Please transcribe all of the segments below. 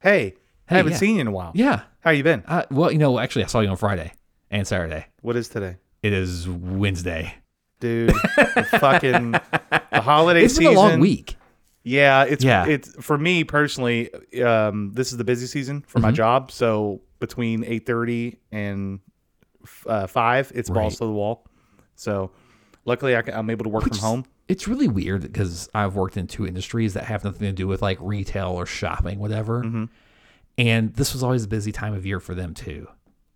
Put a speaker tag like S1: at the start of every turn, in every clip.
S1: Hey, haven't
S2: yeah.
S1: seen you in a while.
S2: Yeah.
S1: How you been?
S2: Uh, well, you know, actually, I saw you on Friday and Saturday.
S1: What is today?
S2: It is Wednesday.
S1: Dude, the fucking the holiday
S2: It's
S1: season.
S2: been a long week.
S1: Yeah, it's
S2: Yeah.
S1: it's for me personally. Um, this is the busy season for
S2: Mm-hmm.
S1: my job, so between eight thirty and uh, five, it's balls to the wall. So, luckily, I can, I'm able to work from home.
S2: It's really weird because I've worked in two industries that have nothing to do with like retail or shopping, whatever.
S1: Mm-hmm.
S2: And this was always a busy time of year for them too.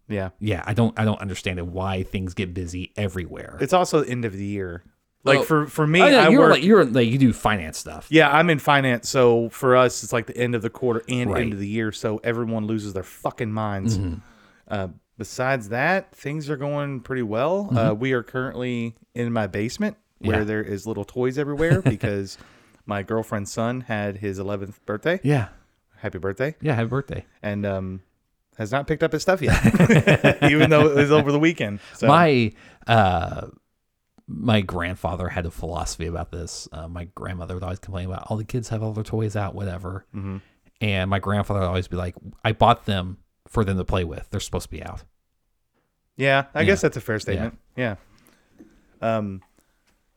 S1: Yeah,
S2: Yeah, I don't, I don't understand it why things get busy everywhere.
S1: it's also the end of the year. Like
S2: Oh.
S1: for for me,
S2: Oh, yeah,
S1: I
S2: you're
S1: work.
S2: like you're like you do finance stuff.
S1: yeah, I'm in finance, so for us, it's like the end of the quarter and
S2: Right. Mm-hmm.
S1: end of the year. So everyone loses their fucking minds. Uh, besides that, things are going pretty well. Uh, we are currently in my basement where
S2: Mm-hmm. Yeah.
S1: there is little toys everywhere because my girlfriend's son had his 11th birthday.
S2: Yeah.
S1: Happy birthday!
S2: Yeah. Happy birthday.
S1: And um, has not picked up his stuff yet, even though it was over the weekend. So
S2: my uh my grandfather had a philosophy about this. Uh, my grandmother would always complain about all the kids have all their toys out, whatever.
S1: Mm-hmm.
S2: And my grandfather would always be like, "I bought them for them to play with. They're supposed to be out."
S1: yeah, I guess
S2: Yeah.
S1: that's a fair statement. Yeah. Um,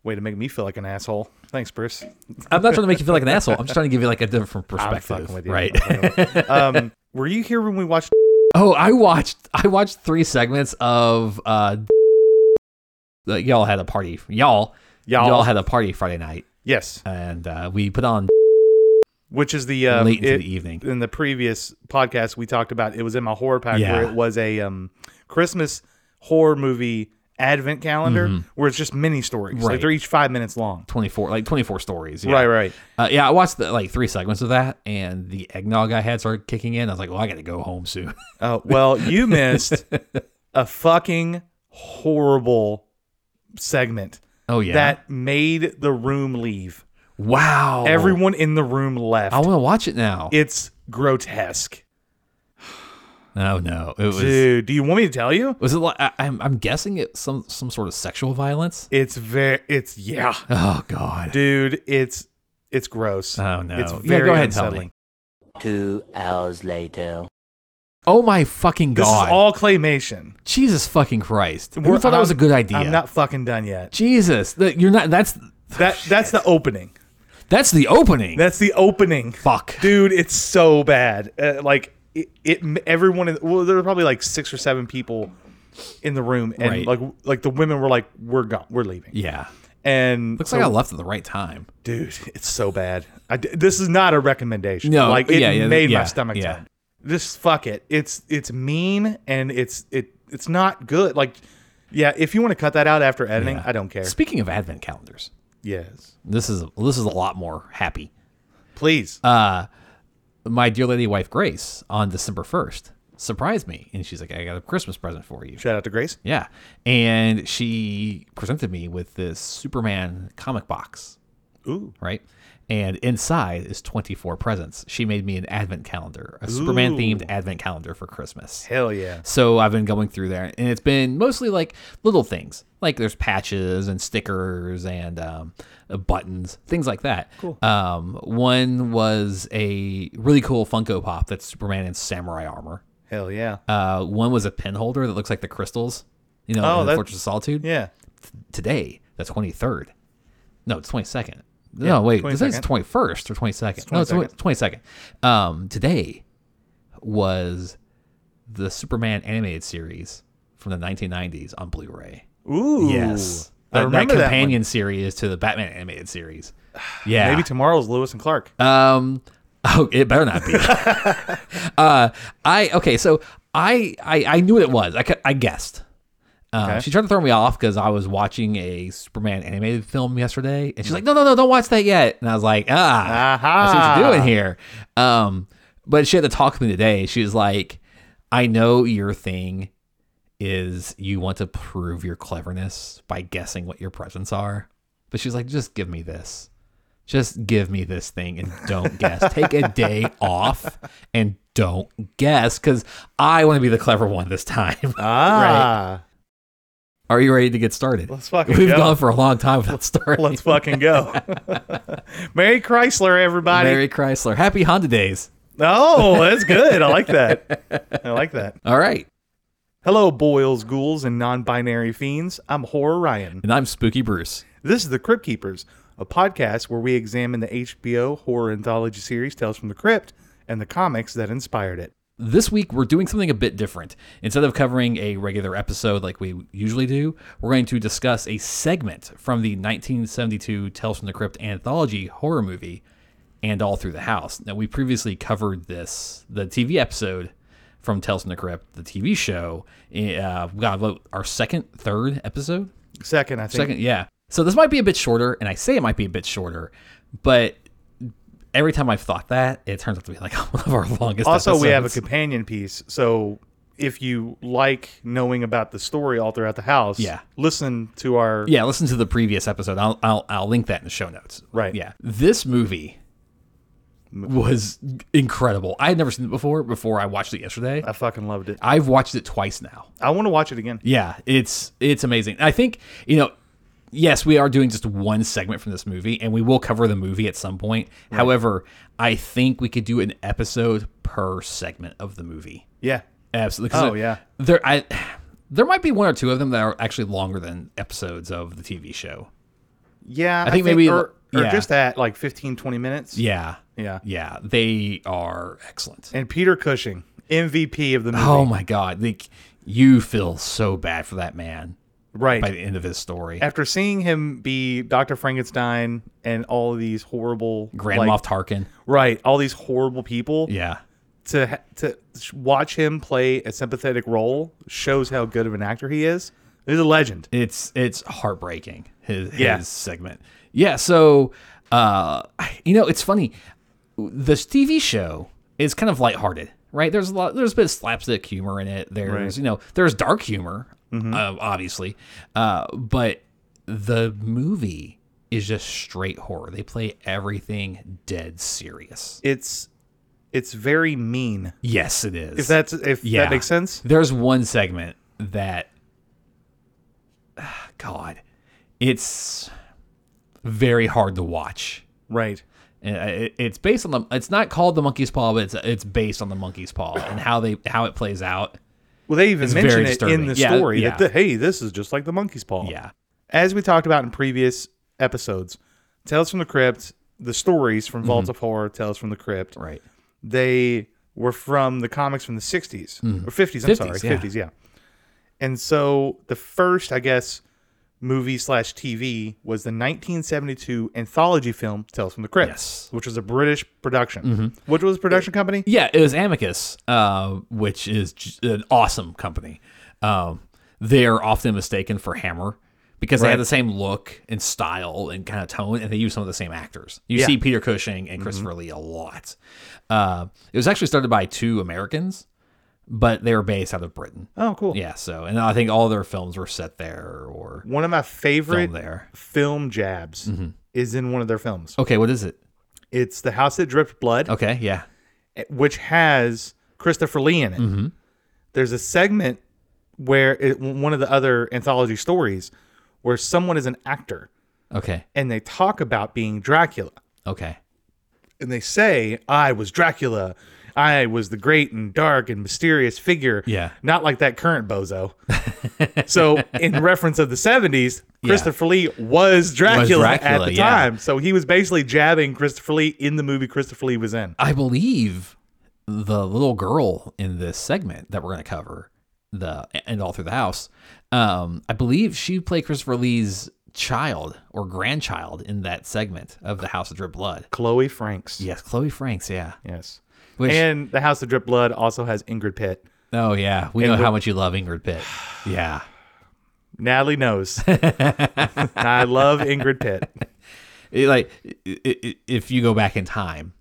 S1: way to make me feel like an asshole. Thanks, Bruce.
S2: I'm not trying to make you feel like an asshole. I'm just trying to give you like a different
S1: I'm
S2: perspective,
S1: fucking with you.
S2: right?
S1: I'm fucking with you. um, were you here when we watched?
S2: oh, I watched I watched three segments of uh that y'all had a party. Y'all
S1: Y'all.
S2: y'all had a party Friday night,
S1: Yes,
S2: and uh, we put on
S1: which is the um,
S2: late into
S1: it-
S2: the evening.
S1: in the previous podcast we talked about it was in my horror pack where
S2: Yeah.
S1: it was a um Christmas horror movie advent calendar where it's just mini stories. Like
S2: Mm-hmm. Right.
S1: they're each five minutes long.
S2: 24 like 24 stories yeah.
S1: Right, right.
S2: uh, yeah i watched the, like three segments of that and the eggnog i had started kicking in i was like well i gotta go home soon
S1: Uh, well, you missed a fucking horrible segment
S2: oh yeah
S1: that made the room leave.
S2: wow
S1: Everyone in the room left.
S2: Oh. i want to watch it now
S1: it's grotesque.
S2: oh no it was
S1: Dude, do you want me to tell you?
S2: was it like I, I'm, I'm guessing it some some sort of sexual violence
S1: It's very it's yeah.
S2: oh god
S1: Dude, it's it's gross.
S2: oh no
S1: It's
S2: yeah
S1: very
S2: go ahead and tell
S1: unsettling.
S2: me
S3: Two hours later.
S2: oh my fucking
S1: This
S2: god
S1: is all claymation.
S2: jesus fucking christ we
S1: We're-
S2: thought that was a
S1: I'm-
S2: good idea
S1: I'm not fucking done yet.
S2: jesus that- you're not that's
S1: That that's the opening.
S2: that's the opening
S1: That's the opening.
S2: fuck
S1: Dude, it's so bad. Uh, like it, it everyone in, well there were probably like 6 or 7 people in the room and
S2: Right.
S1: like like the women were like we're gone. We're leaving.
S2: yeah
S1: And
S2: looks
S1: so-
S2: like i left at the right time
S1: dude, it's so bad. I d this is not a recommendation.
S2: No,
S1: like it
S2: yeah, yeah,
S1: made
S2: yeah,
S1: my stomach
S2: yeah.
S1: turn. Just fuck it. It's it's mean and it's it it's not good. Like yeah, if you want to cut that out after editing,
S2: Yeah.
S1: I don't care.
S2: Speaking of advent calendars,
S1: Yes.
S2: this is this is a lot more happy.
S1: Please.
S2: uh, My dear lady wife Grace on December first surprised me, and she's like, "I got a Christmas present for you."
S1: Shout out to Grace.
S2: Yeah, and she presented me with this Superman comic box,
S1: Ooh.
S2: right? And inside is twenty four presents. She made me an advent calendar, a Superman themed advent calendar for Christmas.
S1: Hell yeah.
S2: So I've been going through there, and it's been mostly like little things, like there's patches and stickers and um, uh, buttons, things like that. Cool. Um, one was a really cool Funko Pop that's Superman in samurai armor.
S1: Hell yeah.
S2: Uh, one was a pen holder that looks like the crystals, you know,
S1: Oh,
S2: in the
S1: that-
S2: Fortress of Solitude.
S1: yeah.
S2: Today, the 23rd. No, it's 22nd. no, wait, today's the 21st or 22nd. no, it's
S1: 22nd.
S2: 22nd. Um, today was the Superman animated series from the 1990s on Blu-ray.
S1: Ooh. I
S2: That, that
S1: remember that
S2: companion series to the Batman animated series. Yeah.
S1: Maybe tomorrow's Lewis and Clark.
S2: Um, oh, it better not be. uh, I okay, so I I, I knew what it was. I, cou- I guessed. Um,
S1: Okay.
S2: She tried to throw me off because I was watching a Superman animated film yesterday, and she's like, "No, no, no, don't watch that yet." And I was like, "Ah, I see what
S1: Aha.
S2: you're doing here." Um, but she had to talk to me today. She was like, "I know your thing is you want to prove your cleverness by guessing what your presents are," but she's like, "Just give me this." just give me this thing and don't guess. Take a day off and don't guess because I want to be the clever one this time.
S1: Ah.
S2: Are you ready to get started?
S1: Let's fucking
S2: We've
S1: go.
S2: gone for a long time without starting.
S1: Let's fucking go. Merry Chrysler, everybody.
S2: Mary Chrysler. Happy Honda days.
S1: Oh, that's good. I like that. I like that.
S2: All right.
S1: Hello, boils, ghouls, and non-binary fiends. I'm Horror Ryan.
S2: And I'm Spooky Bruce.
S1: This is the Crypt Keepers, a podcast where we examine the HBO horror anthology series Tales from the Crypt and the comics that inspired it.
S2: This week, we're doing something a bit different. Instead of covering a regular episode like we usually do, we're going to discuss a segment from the 1972 Tales from the Crypt anthology horror movie, And All Through the House. Now, we previously covered this, the TV episode from Tales from the Crypt, the TV show. Uh, God, what, our second, third episode?
S1: Second, I think.
S2: Second, yeah. So this might be a bit shorter, and I say it might be a bit shorter, but every time I've thought that, it turns out to be like one of our longest.
S1: also, we have a
S2: episodes.
S1: companion piece, so if you like knowing about the story all throughout the house,
S2: Yeah.
S1: listen to our
S2: yeah. Listen to the previous episode. I'll I'll, I'll link that in the show notes.
S1: Right.
S2: Yeah. This movie was incredible. I had never seen it before. Before I watched it yesterday,
S1: I fucking loved it.
S2: I've watched it twice now.
S1: I want to watch it again.
S2: Yeah, it's it's amazing. I think you know. Yes, we are doing just one segment from this movie, and we will cover the movie at some point. However, I think we could do an episode per segment of the movie.
S1: Yeah.
S2: Absolutely. 'Cause
S1: Oh,
S2: there-
S1: yeah.
S2: There, I there might be one or two of them that are actually longer than episodes of the TV show.
S1: Yeah. I
S2: think maybe-
S1: or, or
S2: yeah.
S1: just at like 15 20 minutes.
S2: Yeah,
S1: Yeah.
S2: yeah, they are excellent.
S1: And Peter Cushing, MVP of the movie.
S2: Oh my god, like you feel so bad for that man
S1: right.
S2: by the end of his story.
S1: After seeing him be Dr. Frankenstein and all of these horrible
S2: Grand
S1: like-
S2: Moff Tarkin.
S1: right, all these horrible people
S2: Yeah.
S1: to ha- to sh- watch him play a sympathetic role shows how good of an actor he is. He's a legend.
S2: it's it's heartbreaking his, his
S1: Yeah.
S2: segment yeah so uh you know it's funny this tv show is kind of lighthearted right there's a lot there's a bit of slapstick humor in it there's
S1: Right. Mm-hmm.
S2: you know there's dark humor uh, obviously uh but the movie is just straight horror they play everything dead serious
S1: It's it's very mean.
S2: yes it is
S1: If that's if
S2: Yeah.
S1: that makes sense.
S2: there's one segment that ah, god it's very hard to watch
S1: Right.
S2: and I- it- it's based on the it's not called the monkey's paw but it's it's based on the monkey's paw and how they how it plays out
S1: Well, they even
S2: It's
S1: mention
S2: very
S1: it in
S2: disturbing.
S1: the
S2: Yeah,
S1: story
S2: yeah.
S1: that the, hey, this is just like the monkey's paw.
S2: yeah
S1: As we talked about in previous episodes, Tales from the Crypt, the stories from
S2: Mm-hmm.
S1: Vault of Horror, Tales from the Crypt,
S2: right
S1: they were from the comics from the 60s or 50s i'm
S2: 50s,
S1: sorry
S2: Mm-hmm. yeah.
S1: 50s yeah and so the first i guess movie slash tv was the 1972 anthology film tales from the crypt
S2: Yes. Mm-hmm. Uh,
S1: which was a british production which was a production company
S2: yeah it was amicus uh, which is j- an awesome company um, they're often mistaken for hammer because they
S1: Right.
S2: have the same look and style and kind of tone and they use some of the same actors you
S1: Yeah. Mm-hmm.
S2: see peter cushing and christopher lee a lot uh, it was actually started by two americans but they were based out of britain
S1: oh cool
S2: yeah so and i think all their films were set there or
S1: one of my favorite
S2: filmed there
S1: film jabs
S2: Mm-hmm.
S1: is in one of their films
S2: okay what is it
S1: it's the house that dripped blood
S2: okay yeah
S1: which has Christopher Lee in it.
S2: Mm-hmm.
S1: There's a segment where it, one of the other anthology stories where someone is an actor
S2: okay
S1: and they talk about being Dracula
S2: okay
S1: and they say, I was Dracula. I was the great and dark and mysterious figure.
S2: Yeah.
S1: Not like that current bozo. so, in reference of the 70s, Christopher Lee was Dracula, at
S2: Dracula,
S1: the
S2: yeah.
S1: time. So, he was basically jabbing Christopher Lee in the movie Christopher Lee was in.
S2: I believe the little girl in this segment that we're going to cover, the and all through the house, um, I believe she played Christopher Lee's child or grandchild in that segment of the House of Drip Blood.
S1: Chloe Franks.
S2: Yes, Chloe Franks. Yeah.
S1: Yes.
S2: Which-
S1: and the House of Drip Blood also has Ingrid Pitt.
S2: Oh yeah, we know how much you love Ingrid Pitt. Yeah.
S1: Natalie knows. I love Ingrid Pitt.
S2: It- like i- i- if you go back in time,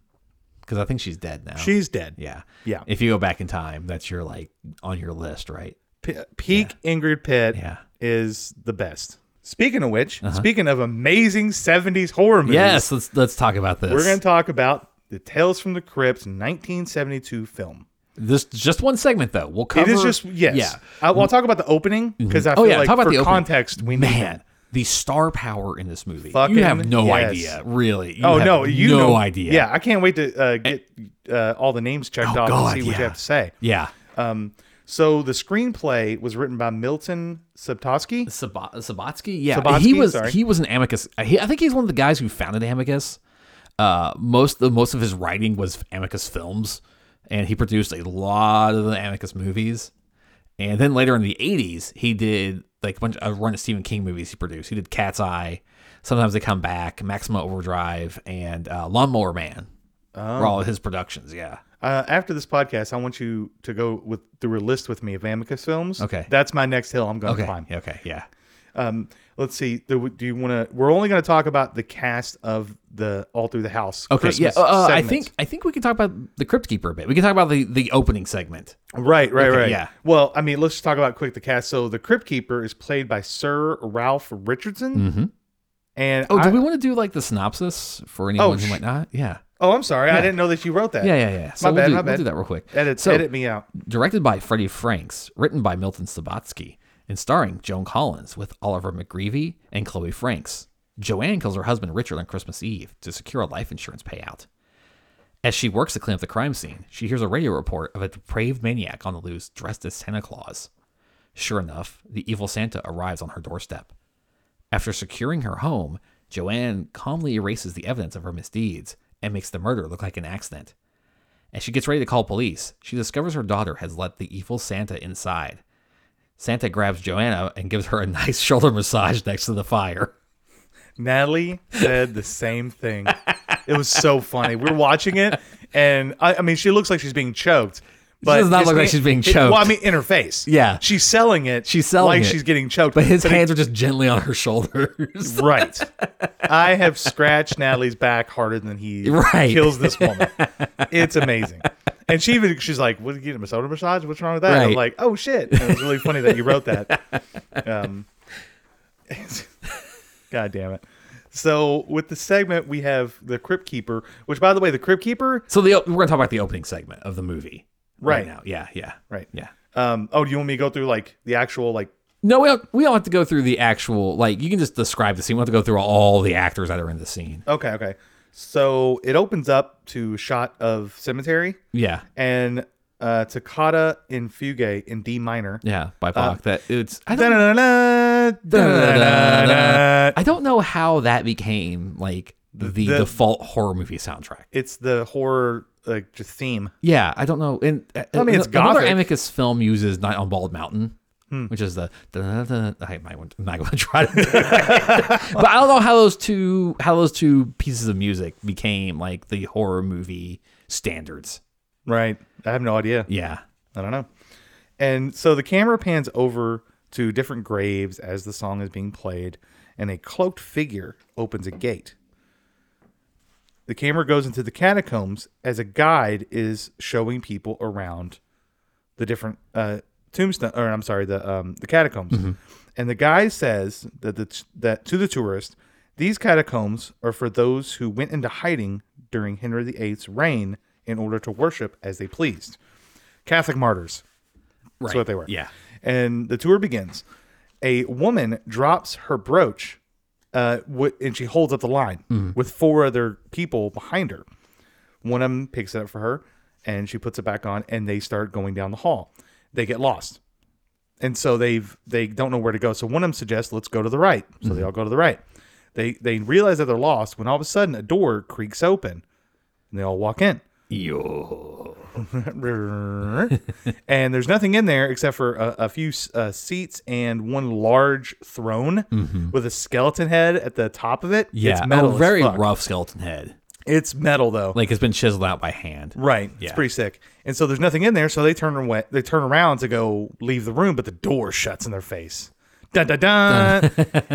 S2: because I think she's dead now.
S1: She's dead.
S2: yeah.
S1: Yeah.
S2: If you go back in time, that's your like on your list, right?
S1: P- peak Ingrid Pitt
S2: Yeah. Uh-huh.
S1: is the best. Speaking of which, speaking of amazing 70s horror movies,
S2: Yes. Let's let's talk about this.
S1: we're going to talk about the Tales from the Crypt 1972 film.
S2: This just one segment though. We'll cover.
S1: It is just, yes.
S2: Yeah.
S1: I, will talk about the opening because I
S2: Oh,
S1: feel
S2: yeah,
S1: like
S2: talk about
S1: for
S2: the opening.
S1: context, we need
S2: Man,
S1: that.
S2: the star power in this movie.
S1: Fucking
S2: you have no
S1: yes.
S2: idea, really. You
S1: oh
S2: have
S1: no, you
S2: no
S1: know-
S2: idea.
S1: Yeah, I can't wait to uh, get uh, all the names checked
S2: Oh,
S1: off and
S2: God,
S1: see what
S2: yeah.
S1: you have to say.
S2: yeah.
S1: Um, so the screenplay was written by Milton Subtosky.
S2: Saba- Sabatsky, yeah,
S1: Sabatsky,
S2: he was
S1: sorry.
S2: he was an Amicus. He, I think he's one of the guys who founded Amicus. Uh, most the most of his writing was Amicus films, and he produced a lot of the Amicus movies. And then later in the '80s, he did like a bunch a run of Stephen King movies. He produced. He did Cat's Eye. Sometimes they come back. Maxima Overdrive and uh, Lawnmower Man were
S1: Oh.
S2: all his productions. Yeah.
S1: Uh, after this podcast, I want you to go with through a list with me of Amicus films.
S2: Okay.
S1: that's my next hill. I'm going to
S2: Okay.
S1: climb.
S2: Yeah, Okay. Yeah.
S1: Um, let's see. Do, do you want to? We're only going to talk about the cast of the All Through the House.
S2: Okay.
S1: Christmas
S2: yeah. Uh, I
S1: segments.
S2: think I think we can talk about the Crypt Keeper a bit. We can talk about the the opening segment.
S1: Right, right,
S2: Okay,
S1: right.
S2: yeah.
S1: Well, I mean, let's just talk about quick the cast. So the Crypt Keeper is played by Sir Ralph Richardson,
S2: Mm-hmm.
S1: and
S2: Oh,
S1: I,
S2: do we want to do like the synopsis for anyone
S1: Oh,
S2: who
S1: sh-
S2: might not? Yeah.
S1: oh, I'm sorry, I
S2: Yeah.
S1: didn't know that you wrote that.
S2: Yeah, yeah, yeah. So
S1: My
S2: we'll,
S1: bad,
S2: do,
S1: my
S2: we'll
S1: bad.
S2: do that real quick.
S1: Edit,
S2: So-
S1: edit me out.
S2: Directed by Freddie Franks, written by Milton Sabotsky, and starring Joan Collins with Oliver McGreevy and Chloe Franks. Joanne kills her husband Richard on Christmas Eve to secure a life insurance payout. As she works to clean up the crime scene, she hears a radio report of a depraved maniac on the loose dressed as Santa Claus. Sure enough, the evil Santa arrives on her doorstep. After securing her home, Joanne calmly erases the evidence of her misdeeds and makes the murder look like an accident. As she gets ready to call police, she discovers her daughter has let the evil Santa inside. Santa grabs Joanna and gives her a nice shoulder massage next to the fire.
S1: Natalie said the same thing. It was so funny. We're watching it, and I, I mean, she looks like she's being choked. But
S2: does not
S1: his
S2: look like
S1: hand-
S2: she's being
S1: it-
S2: choked.
S1: well, I mean, in her face.
S2: Yeah.
S1: she's selling it.
S2: She's selling
S1: like
S2: it.
S1: she's getting choked.
S2: But his
S1: it-
S2: hands are just gently on her shoulders.
S1: Right. I have scratched Natalie's back harder than he
S2: Right.
S1: kills this woman. It's amazing. And she even she's like, "What you get a massage? Massage? What's wrong with that?" And I'm
S2: Right.
S1: like, "Oh shit!" And it was really funny that you wrote that. Um, God damn it. So with the segment, we have the Crypt Keeper, which, by the way, the Crypt Keeper.
S2: so the, op- we're going to talk about the opening segment of the movie
S1: Right.
S2: now. Yeah, yeah,
S1: Right.
S2: yeah.
S1: Um, oh, do you want me to go through like the actual like?
S2: No, we don't, we don't have to go through the actual, like, you can just describe the scene. We don't have to go through all the actors that are in the scene.
S1: Okay, okay. So it opens up to a shot of cemetery.
S2: Yeah,
S1: and uh, Toccata in Fugue in D minor.
S2: yeah, by Bach. that it's, I don't,
S1: Da-da-da-da, da-da-da-da.
S2: I don't know how that became, like, the,
S1: the-
S2: default horror movie soundtrack.
S1: It's the horror like just theme.
S2: Yeah, I don't know. And uh,
S1: I mean, it's
S2: another
S1: gothic. Hmm.
S2: Amicus film uses "Night on Bald Mountain," which is the. I might want, I'm not going to try to, do that. but I don't know how those two how those two pieces of music became like the horror movie standards.
S1: Right. I have no idea.
S2: Yeah,
S1: I don't know. And so the camera pans over to different graves as the song is being played, and a cloaked figure opens a gate. The camera goes into the catacombs as a guide is showing people around the different uh, tombstone, or I'm sorry, the um, the catacombs. And the guy says that the that to the tourist, these catacombs are for those who went into hiding during Henry VIII's reign in order to worship as they pleased. Catholic martyrs.
S2: right.
S1: what they were.
S2: Yeah,
S1: And the tour begins. A woman drops her brooch, uh, wi- and she holds up the line with four other people behind her. One of them picks it up for her, and she puts it back on, and they start going down the hall. They get lost, and so they've they don't know where to go. So one of them suggests, "Let's go to the right." So they all go to the right. They they realize that they're lost when all of a sudden a door creaks open, and they all walk in.
S2: yo,
S1: and there's nothing in there except for a, a few uh, seats and one large throne with a skeleton head at the top of it.
S2: Mm-hmm. yeah,
S1: it's metal.
S2: a very
S1: as fuck.
S2: rough skeleton head.
S1: It's metal though.
S2: Like it's been chiseled out by hand.
S1: right. It's
S2: Yeah.
S1: pretty sick. And so there's nothing in there. So they turn away. They turn around to go leave the room, but the door shuts in their face. Dun, dun, dun.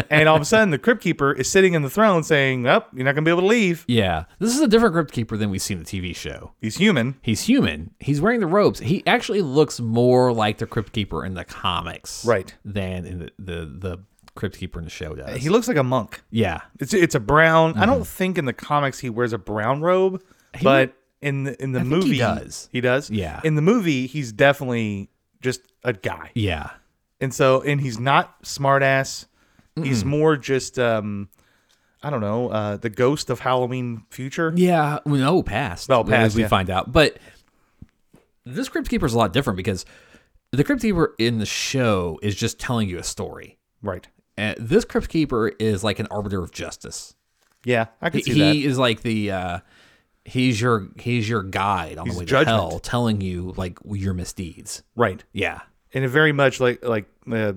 S1: and all of a sudden, the crypt keeper is sitting in the throne, saying, "Up, you're not gonna be able to leave.
S2: Yeah, this is a different crypt keeper than we see in the TV show.
S1: He's human."
S2: He's human. He's wearing the robes. He actually looks more like the Crypt Keeper in the comics,
S1: Right.
S2: Than in the the, the Crypt Keeper in the show does.
S1: He looks like a monk.
S2: yeah,
S1: It's it's a brown. I
S2: Mm.
S1: don't think in the comics he wears a brown robe, but in the in the
S2: think he
S1: movie
S2: does.
S1: He does.
S2: Yeah.
S1: In the movie, he's definitely just a guy,
S2: yeah,
S1: and so and he's not smartass. He's more just um, I don't know, uh, the ghost of Halloween future.
S2: Yeah, well, no, past.
S1: Well, past,
S2: as we
S1: yeah.
S2: find out. But this Crypt Keeper is a lot different because the Crypt Keeper in the show is just telling you a story.
S1: Right.
S2: And this Crypt Keeper is like an arbiter of justice.
S1: Yeah, I
S2: He
S1: could see that.
S2: he is like the uh, he's your he's your guide on
S1: He's
S2: the way
S1: judgment.
S2: to hell, telling you like your misdeeds.
S1: Right.
S2: Yeah,
S1: and it very much like like uh,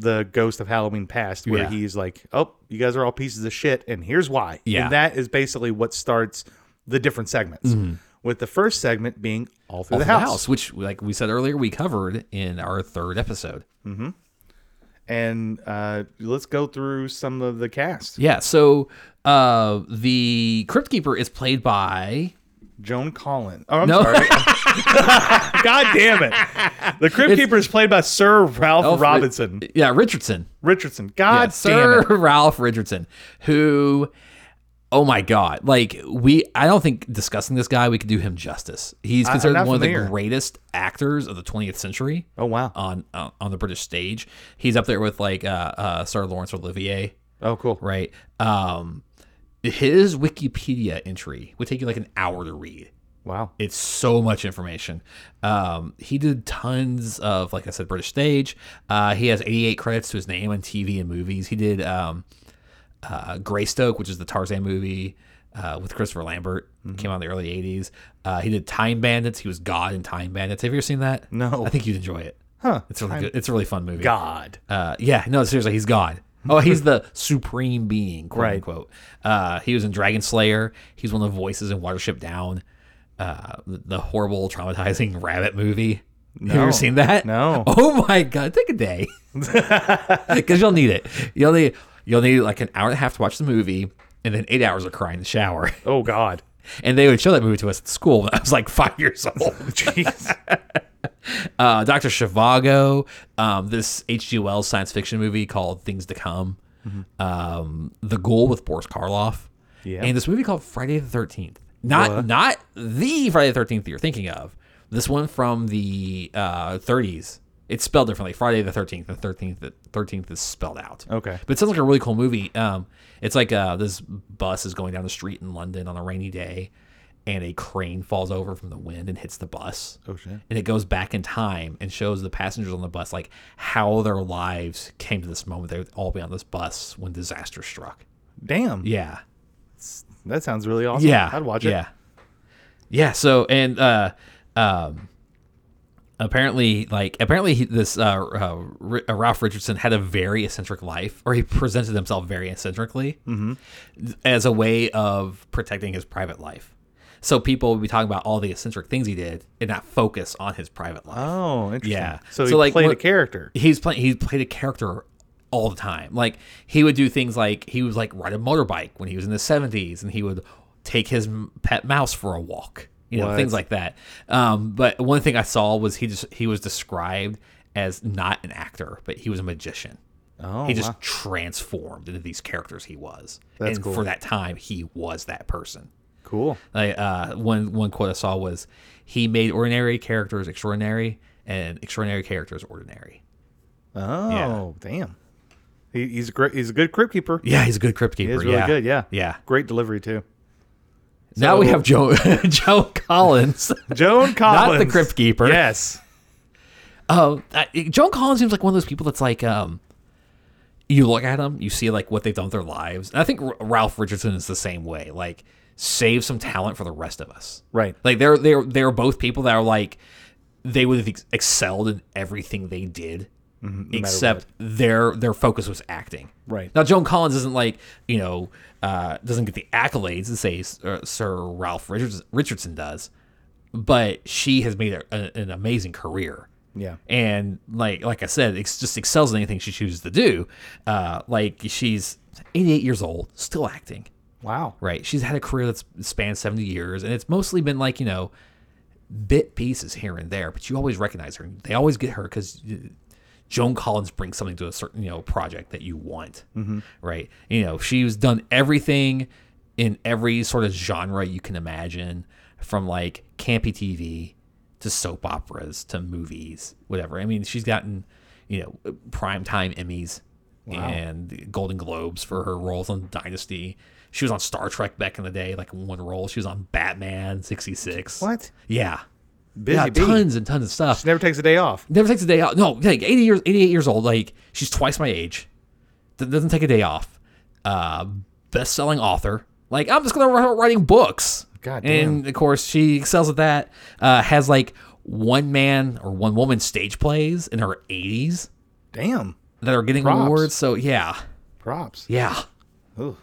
S1: the ghost of Halloween past, where
S2: Yeah.
S1: he's like, "Oh, you guys are all pieces of shit, and here's why."
S2: Yeah.
S1: and that is basically what starts the different segments. With the first segment being all through the,
S2: Mm-hmm. the
S1: house.
S2: house, which like we said earlier, we covered in our third episode.
S1: and uh, let's go through some of the cast.
S2: Yeah, so uh, the Crypt Keeper is played by
S1: Joan Collins. Oh, I'm
S2: No.
S1: sorry. God damn it! The Crypt Keeper is played by Sir Ralph
S2: Ralph Ri-
S1: Robinson
S2: yeah Richardson.
S1: Richardson. God
S2: Yeah,
S1: damn
S2: Sir
S1: it!
S2: Ralph Richardson, who, oh my God, like we, I don't think discussing this guy, we could do him justice. He's
S1: I'm
S2: considered
S1: not
S2: one of the
S1: familiar.
S2: greatest actors of the 20th century
S1: Oh wow!
S2: on uh, on the British stage. He's up there with like uh, uh, Sir Lawrence Olivier,
S1: Oh cool.
S2: right? Um, his Wikipedia entry would take you like an hour to read.
S1: Wow.
S2: It's so much information. Um, he did tons of, like I said, British stage. Uh, he has 88 credits to his name on TV and movies. He did um, uh, Greystoke, which is the Tarzan movie uh, with Christopher Lambert,
S1: Mm-hmm.
S2: came out in the early 80s. Uh, he did Time Bandits. He was God in Time Bandits. Have you ever seen that?
S1: No.
S2: I think you'd enjoy it.
S1: Huh.
S2: It's a really good. It's a really fun movie.
S1: God.
S2: Uh, yeah, no, seriously, he's God. Oh, he's the supreme being, quote
S1: Right.
S2: unquote. Uh, he was in Dragon Slayer. He's one of the voices in Watership Down, uh, the, the horrible, traumatizing rabbit movie. You
S1: No.
S2: ever seen that?
S1: No.
S2: Oh my god, take a day, because you'll need it. You'll need you'll need like an hour and a half to watch the movie, and then eight hours of crying in the shower.
S1: Oh God.
S2: And they would show that movie to us at school when I was like five years old
S1: Jeez.
S2: uh, Dr. Shivago, um, this H.G. Wells science fiction movie called Things to Come, um, The Ghoul with Boris Karloff,
S1: Yeah.
S2: and this movie called Friday the 13th. Not not the Friday the 13th that you're thinking of. This one from the uh, 30s. It's spelled differently. Friday the 13th. The 13th the 13th is spelled out.
S1: Okay.
S2: But it sounds like a really cool movie. Um, it's like uh, this bus is going down the street in London on a rainy day, and a crane falls over from the wind and hits the bus
S1: Oh shit.
S2: and it goes back in time and shows the passengers on the bus like how their lives came to this moment. They would all be on this bus when disaster struck.
S1: Damn.
S2: Yeah,
S1: That sounds really awesome.
S2: yeah,
S1: I'd watch it.
S2: Yeah, yeah. So and uh, um, apparently, like apparently, he, this uh, uh, R- uh, Ralph Richardson had a very eccentric life, or he presented himself very eccentrically
S1: Mm-hmm.
S2: as a way of protecting his private life. So people would be talking about all the eccentric things he did and not focus on his private life.
S1: Oh, interesting.
S2: Yeah.
S1: So,
S2: So,
S1: he
S2: like,
S1: played
S2: what-
S1: a character.
S2: he's playing he played a character all the time like he would do things like he was like ride a motorbike when he was in his 70s and he would take his m- pet mouse for a walk you know
S1: What?
S2: things like that um, but one thing i saw was he just he was described as not an actor but he was a magician
S1: Oh,
S2: he just
S1: wow.
S2: transformed into these characters he was
S1: That's
S2: and
S1: cool.
S2: for that time he was that person
S1: cool.
S2: like uh, one one quote I saw was, "He made ordinary characters extraordinary, and extraordinary characters ordinary."
S1: Oh, damn. He, he's a great. He's a good crypt keeper.
S2: Yeah, he's a good crypt keeper.
S1: He is really
S2: yeah.
S1: good. Yeah.
S2: Yeah.
S1: Great delivery too.
S2: now we
S1: So-
S2: have Joe Joe Collins.
S1: Joan Collins,
S2: Not the crypt keeper.
S1: Yes.
S2: Um, I- Joan Collins seems like one of those people that's like, um, you look at them, you see like what they've done with their lives. And I think R- Ralph Richardson is the same way. Like, save some talent for the rest of us.
S1: Right.
S2: Like they're they're they're both people that are like they would have ex- excelled in everything they did, except their their focus was acting.
S1: Right.
S2: now, Joan Collins isn't like you know uh, doesn't get the accolades that say uh, Sir Ralph Richards- Richardson does, but she has made a, a- an amazing career.
S1: Yeah.
S2: And like like I said, it's just excels in anything she chooses to do. Uh, like she's 88 years old, still acting
S1: Wow.
S2: right? She's had a career that's spanned 70 years, and it's mostly been like, you know, bit pieces here and there, but you always recognize her. They always get her because Joan Collins brings something to a certain, you know, project that you want, right? You know, she's done everything in every sort of genre you can imagine from like campy TV to soap operas to movies, whatever. I mean, she's gotten, you know, primetime Emmys and Golden Globes for her roles on Dynasty. She was on Star Trek back in the day, like one role. She was on Batman '66.
S1: What?
S2: Yeah,
S1: Busy
S2: yeah,
S1: bee.
S2: tons and tons of stuff.
S1: She never takes a day off.
S2: Never takes a day off. No, like 80 years, 88 years old. Like she's twice my age. D- doesn't take a day off. Uh, best selling author. Like I'm just gonna start writing books.
S1: God
S2: And of course she excels at that. Uh, has like one man or one woman stage plays in her 80s
S1: Damn.
S2: that are getting
S1: Props.
S2: awards. So yeah,
S1: Props.
S2: yeah,
S1: Ooh.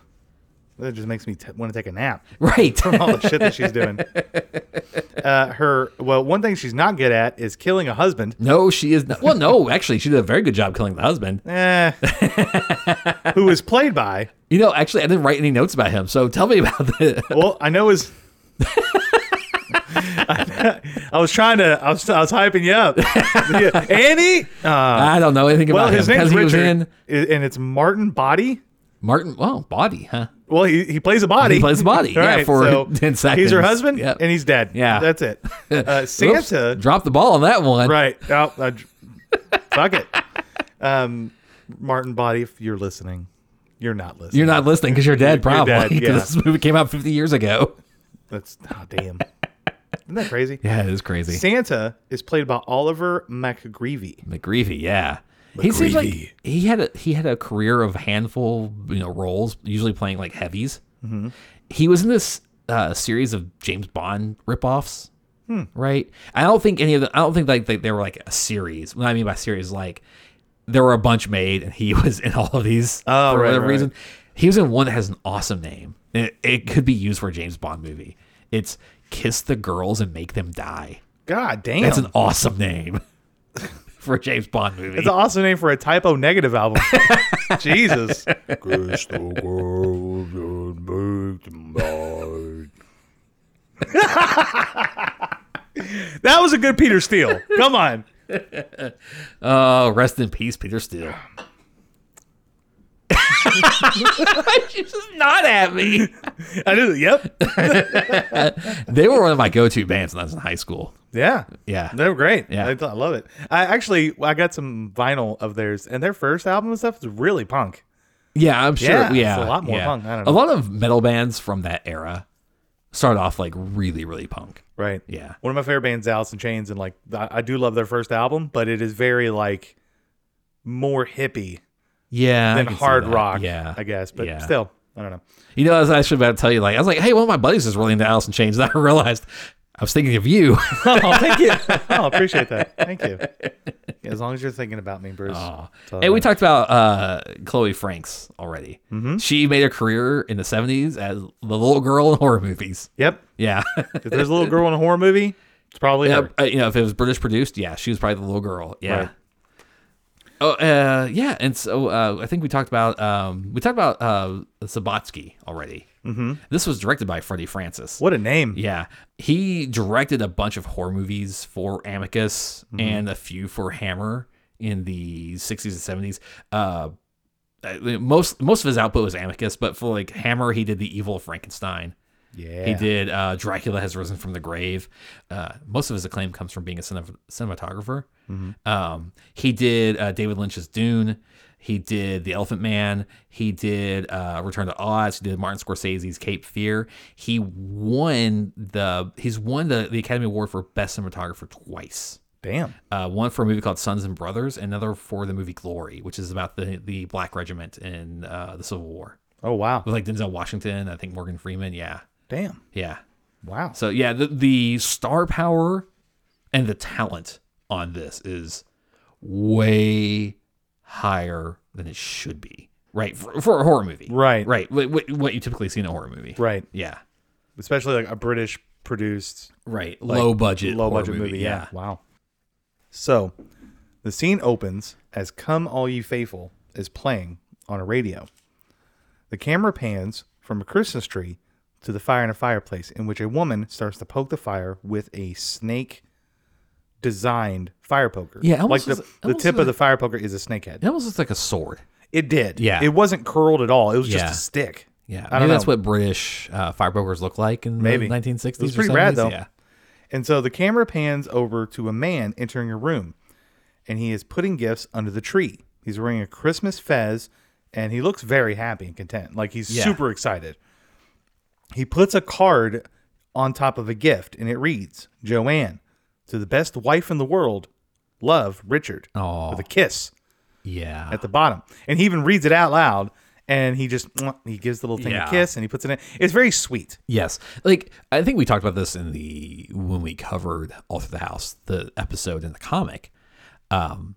S1: That just makes me t- want to take a nap.
S2: right.
S1: from all the shit that she's doing. Uh, her well, one thing she's not good at is killing a husband.
S2: no, she is. Not, well, no, actually, she did a very good job killing the husband.
S1: Eh, who was played by?
S2: You know, actually, I didn't write any notes about him. So tell me about the
S1: Well, I know is. I, was trying to. I was. I was hyping you up. Yeah, Annie. Uh,
S2: I don't know anything
S1: well,
S2: about
S1: his
S2: him
S1: name's
S2: he was
S1: Richard,
S2: in
S1: i- and it's Martin Body.
S2: Martin. Well, body, huh?
S1: Well, he, he plays a body.
S2: He plays a body,
S1: All
S2: yeah, for
S1: so
S2: 10
S1: He's her
S2: seconds.
S1: husband,
S2: Yeah.
S1: and he's dead.
S2: Yeah.
S1: that's it. Uh,
S2: Oops,
S1: Santa.
S2: dropped the ball on that one.
S1: Right. Oh, I, dr- fuck it. Um, Martin Body, if you're listening, you're not listening.
S2: You're not listening because you're dead,
S1: You're- you're
S2: probably.
S1: dead,
S2: 'cause
S1: yeah.
S2: this movie came out 50 years ago.
S1: That's oh, damn. Isn't that crazy?
S2: Yeah, it is crazy.
S1: Santa is played by Oliver McGreevy.
S2: McGreevy, yeah. He seems
S1: McGreevy.
S2: like he had a, he had a career of a handful, you know, roles, usually playing like heavies.
S1: Mm-hmm.
S2: He was in this uh, series of James Bond ripoffs,
S1: Hmm.
S2: right? I don't think any of the I don't think like they, they were like a series. What I mean by series, like there were a bunch made, and he was in all of these
S1: Oh,
S2: for
S1: right,
S2: whatever
S1: right.
S2: reason. He was in one that has an awesome name. It, it could be used for a James Bond movie. It's "Kiss the Girls and Make Them Die."
S1: God damn.
S2: That's
S1: That's
S2: an awesome name for a James Bond movie.
S1: an awesome name for a typo negative album. Jesus.
S4: crystal girls and make them blind.
S1: That was a good Peter Steele. Come on.
S2: Oh, rest in peace, Peter Steele. She's just not at me.
S1: I do. Yep.
S2: They were one of my go-to bands when I was in high school.
S1: Yeah.
S2: Yeah.
S1: They were great.
S2: Yeah.
S1: I, I love it. I actually I got some vinyl of theirs, and their first album and stuff is really punk.
S2: Yeah, I'm sure.
S1: Yeah,
S2: Yeah,
S1: it's a lot more
S2: yeah.
S1: punk. I don't
S2: A
S1: know.
S2: lot of metal bands from that era start off like really, really punk.
S1: Right.
S2: Yeah.
S1: One of my favorite bands, Alice in Chains, and like I I do love their first album, but it is very like more hippie
S2: Yeah, I
S1: than
S2: can see
S1: hard
S2: that.
S1: rock.
S2: Yeah,
S1: I guess, but
S2: Yeah.
S1: still, I don't know.
S2: You know, I was actually about to tell you. Like, I was like, hey, one of my buddies is really into Alice in Chains, and I realized I was thinking of you.
S1: oh, thank you. Oh, appreciate that. Thank you. Yeah, as long as you're thinking about me, Bruce. So,
S2: Hey, we talked about uh, Chloe Franks already. She made a career in the 70s as the little girl in horror movies.
S1: Yep.
S2: Yeah.
S1: If there's a little girl in a horror movie, it's probably
S2: Yeah,
S1: her.
S2: uh, you know, if it was British produced, yeah, she was probably the little girl. Yeah.
S1: Right.
S2: Oh, uh, yeah. And so uh, I think we talked about um, we talked about uh, Sabotsky already. Mm-hmm. This was directed by Freddie Francis.
S1: What a name.
S2: Yeah. He directed a bunch of horror movies for Amicus and a few for Hammer in the 60s and 70s. Uh, uh, most most of his output was Amicus, but for like Hammer, he did The Evil of Frankenstein.
S1: Yeah.
S2: He did uh, Dracula Has Risen from the Grave. Uh, most of his acclaim comes from being a cinem- cinematographer. Um, he did uh, David Lynch's Dune. He did The Elephant Man. He did uh, Return to Oz. He did Martin Scorsese's Cape Fear. He won the he's won the, the Academy Award for Best Cinematographer twice.
S1: Damn.
S2: Uh, one for a movie called Sons and Brothers, another for the movie Glory, which is about the the Black Regiment in uh, the Civil War
S1: Oh wow.
S2: with like Denzel Washington. I think Morgan Freeman. Yeah,
S1: Damn.
S2: yeah.
S1: Wow.
S2: So yeah, the, the star power and the talent on this is way higher than it should be, right? For, for a horror movie,
S1: Right.
S2: Right. What, what, what you typically see in a horror movie,
S1: Right.
S2: Yeah,
S1: Especially like a British produced
S2: right.
S1: like,
S2: low budget,
S1: low
S2: horror
S1: budget movie. yeah. Wow. So, the scene opens as "Come All Ye Faithful" is playing on a radio. The camera pans from a Christmas tree to the fire in a fireplace, in which a woman starts to poke the fire with a snake. Designed fire poker.
S2: Yeah,
S1: like
S2: almost
S1: the,
S2: as-
S1: the
S2: almost
S1: tip
S2: as
S1: of the fire poker is a snake head.
S2: It almost looks like a sword.
S1: It did.
S2: Yeah.
S1: it wasn't curled at all. It was just
S2: Yeah.
S1: a stick.
S2: Yeah,
S1: I
S2: maybe
S1: don't
S2: that's
S1: know.
S2: what British uh, firebreakers look like in
S1: Maybe.
S2: the 1960s.
S1: It was
S2: or
S1: pretty rad,
S2: 70s.
S1: though.
S2: Yeah,
S1: And so the camera pans over to a man entering a room, and he is putting gifts under the tree. He's wearing a Christmas fez, and he looks very happy and content. Like he's
S2: Yeah.
S1: super excited. He puts a card on top of a gift, and it reads, "Joanne, to the best wife in the world, love Richard."
S2: Aw.
S1: with a kiss
S2: Yeah.
S1: at the bottom, and he even reads it out loud. And he just he gives the little thing
S2: Yeah.
S1: a kiss, and he puts it in. It's very sweet.
S2: Yes. Like I think we talked about this in the when we covered All Through the House, the episode in the comic. Um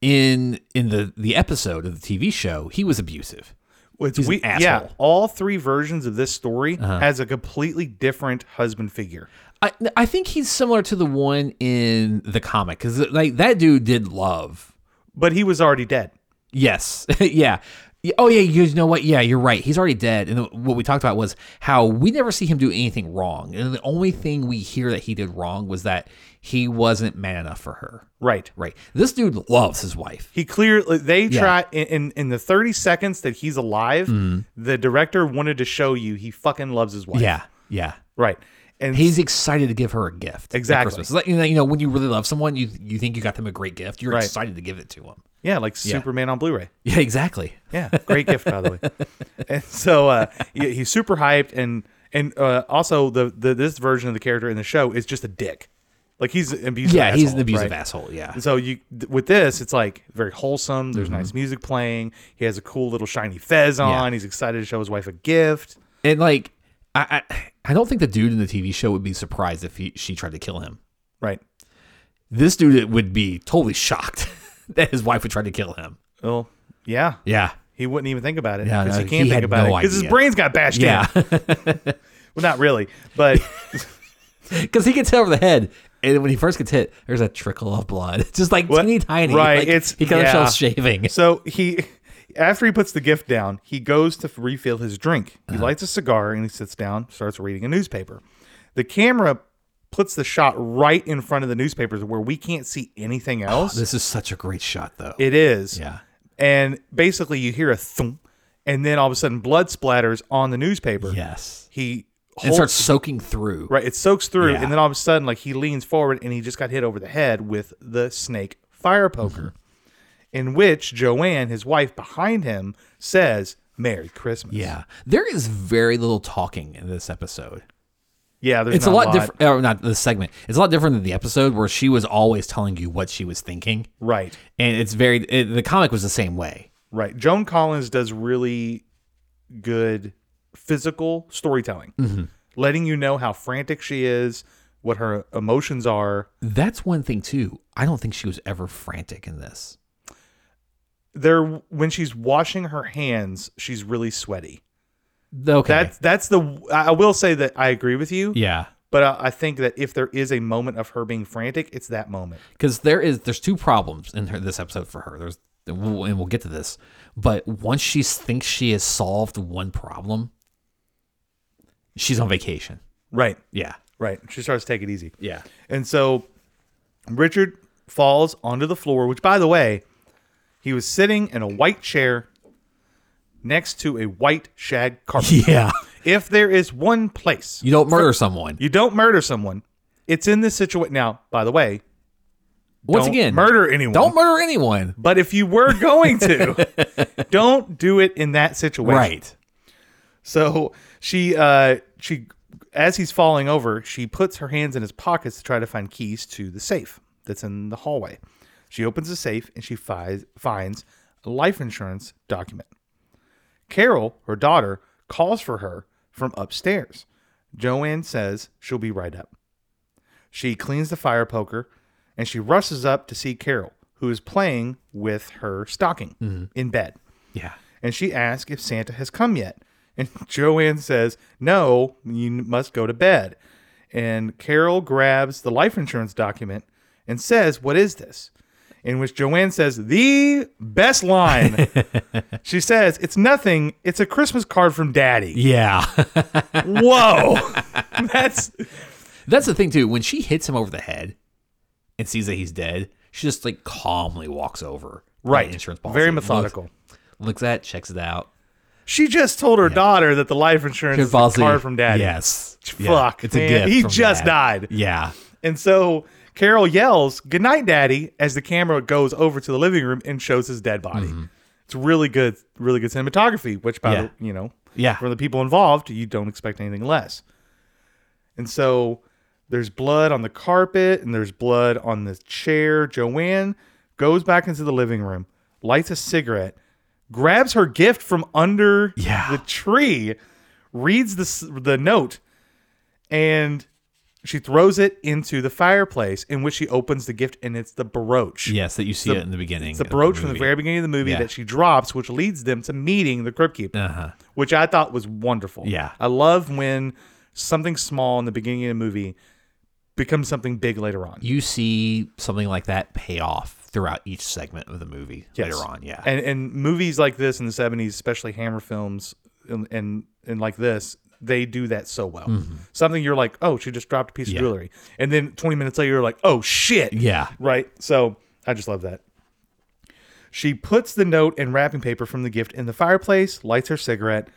S2: in in the the episode of the TV show, he was abusive.
S1: It's
S2: He's an
S1: we, yeah.
S2: asshole. Uh-huh.
S1: All three versions of this story has a completely different husband figure.
S2: I I think he's similar to the one in the comic cuz like that dude did love
S1: but he was already dead.
S2: Yes. yeah. Y- Oh yeah, you guys know what? Yeah, you're right. He's already dead. And what we talked about was how we never see him do anything wrong. And the only thing we hear that he did wrong was that he wasn't man enough for her.
S1: Right.
S2: Right. This dude loves his wife.
S1: He clearly they
S2: Yeah. Mm-hmm.
S1: try in, in in the 30 seconds that he's alive, the director wanted to show you he fucking loves his wife.
S2: Yeah. Yeah.
S1: Right. And
S2: He's excited to give her a gift. at
S1: Exactly.
S2: Christmas. It's Like, you, know, you know, when you really love someone, you you think you got them a great gift. You're
S1: Right.
S2: excited to give it to them.
S1: yeah, like Superman on Blu-ray.
S2: Yeah, exactly.
S1: Yeah, great gift by the way. And so uh he- he's super hyped and and uh, also the, the this version of the character in the show is just a dick. Like he's an abusive
S2: Yeah, he's an
S1: asshole,
S2: abusive
S1: right?
S2: asshole. Yeah.
S1: And so you th- with this, it's like very wholesome. There's
S2: Mm-hmm.
S1: nice music playing. He has a cool little shiny fez on. He's excited to show his wife a gift.
S2: And like I, I I don't think the dude in the TV show would be surprised if he, she tried to kill him.
S1: Right.
S2: this dude would be totally shocked that his wife would try to kill him.
S1: Well, yeah.
S2: Yeah.
S1: He wouldn't even think about it
S2: Yeah,
S1: because
S2: no,
S1: he can't
S2: he
S1: think
S2: had
S1: about
S2: no
S1: it because his
S2: idea.
S1: brains got bashed
S2: Yeah.
S1: in. Well, not really, but
S2: Because he gets hit over the head. And when he first gets hit, there's a trickle of blood. Just like
S1: What?
S2: teeny tiny.
S1: Right,
S2: Like,
S1: it's-
S2: he got
S1: yeah.
S2: himself shaving.
S1: so he after he puts the gift down, he goes to refill his drink. He
S2: Uh-huh.
S1: lights a cigar and he sits down, starts reading a newspaper. The camera puts the shot right in front of the newspapers where we can't see anything else.
S2: This is such a great shot, though.
S1: it is.
S2: yeah.
S1: And basically you hear a thump and then all of a sudden blood splatters on the newspaper.
S2: Yes.
S1: He
S2: And it
S1: holds
S2: starts soaking through.
S1: Right, it soaks through,
S2: Yeah.
S1: and then all of a sudden, like he leans forward, and he just got hit over the head with the snake fire poker,
S2: Mm-hmm.
S1: in which Joanne, his wife behind him, says "Merry Christmas."
S2: Yeah. There is very little talking in this episode.
S1: yeah. There's
S2: It's a lot, different. Or not the segment. It's a lot different than the episode where she was always telling you what she was thinking.
S1: Right,
S2: And it's very, it, the comic was the same way.
S1: right. Joan Collins does really good physical storytelling,
S2: Mm-hmm.
S1: letting you know how frantic she is, what her emotions are.
S2: That's one thing, too. I don't think she was ever frantic in this.
S1: There, when she's washing her hands, she's really sweaty.
S2: Okay.
S1: That's that's the. I I will say that I agree with you.
S2: Yeah,
S1: But I, I think that if there is a moment of her being frantic, it's that moment.
S2: because there is there's two problems in her, this episode for her. There's and we'll, and we'll get to this, but once she thinks she has solved one problem, she's on vacation.
S1: Right.
S2: Yeah,
S1: Right. She starts to take it easy.
S2: yeah,
S1: And so Richard falls onto the floor, which, by the way, he was sitting in a white chair next to a white shag carpet.
S2: yeah.
S1: If there is one place
S2: You don't murder someone
S1: you don't murder someone, it's in this situation. Now, by the way,
S2: once
S1: don't
S2: again.
S1: murder anyone.
S2: Don't murder anyone.
S1: But if you were going to, don't do it in that situation.
S2: Right.
S1: So she uh she as he's falling over, she puts her hands in his pockets to try to find keys to the safe that's in the hallway. She opens the safe and she fi- finds a life insurance document. Carol, her daughter, calls for her from upstairs. Joanne says she'll be right up. She cleans the fire poker and she rushes up to see Carol, who is playing with her stocking in bed
S2: Yeah.
S1: and she asks if Santa has come yet. And Joanne says, No, you n- must go to bed. And Carol grabs the life insurance document and says, What is this? In which Joanne says, The best line. she says, It's nothing. It's a Christmas card from daddy.
S2: Yeah.
S1: Whoa. That's
S2: That's the thing too. When she hits him over the head and sees that he's dead, she just like calmly walks over. to the
S1: right.
S2: Insurance policy.
S1: Very
S2: looks-
S1: methodical.
S2: Looks, at, it, checks it out.
S1: she just told her daughter that the life insurance
S2: Insurance
S1: is a
S2: policy.
S1: card from daddy.
S2: Yes.
S1: Fuck,
S2: It's a
S1: man.
S2: gift.
S1: He
S2: from
S1: just
S2: dad.
S1: died.
S2: Yeah.
S1: And so Carol yells, "Good night, Daddy," as the camera goes over to the living room and shows his dead body. It's really good, really good cinematography. Which, by
S2: Yeah.
S1: the, you know,
S2: Yeah.
S1: from the people involved, you don't expect anything less. And so there's blood on the carpet and there's blood on the chair. Joanne goes back into the living room, lights a cigarette, grabs her gift from under
S2: Yeah.
S1: the tree, reads the, s- the note, and she throws it into the fireplace, in which she opens the gift and it's the brooch.
S2: Yes, that you see it in the beginning.
S1: It's the brooch from the very beginning of the movie
S2: Yeah.
S1: that she drops, which leads them to meeting the Crypt Keeper
S2: Uh huh.
S1: which I thought was wonderful.
S2: Yeah.
S1: I love when something small in the beginning of a movie becomes something big later on.
S2: You see something like that pay off throughout each segment of the movie later on. Yeah.
S1: And and movies like this in the 70s, especially Hammer films and and, and like this, they do that so well. Something you're like, "Oh, she just dropped a piece
S2: Mm-hmm. Yeah.
S1: of jewelry." And then 20 minutes later you're like, "Oh shit."
S2: yeah.
S1: Right? So, I just love that. She puts the note and wrapping paper from the gift in the fireplace, lights her cigarette,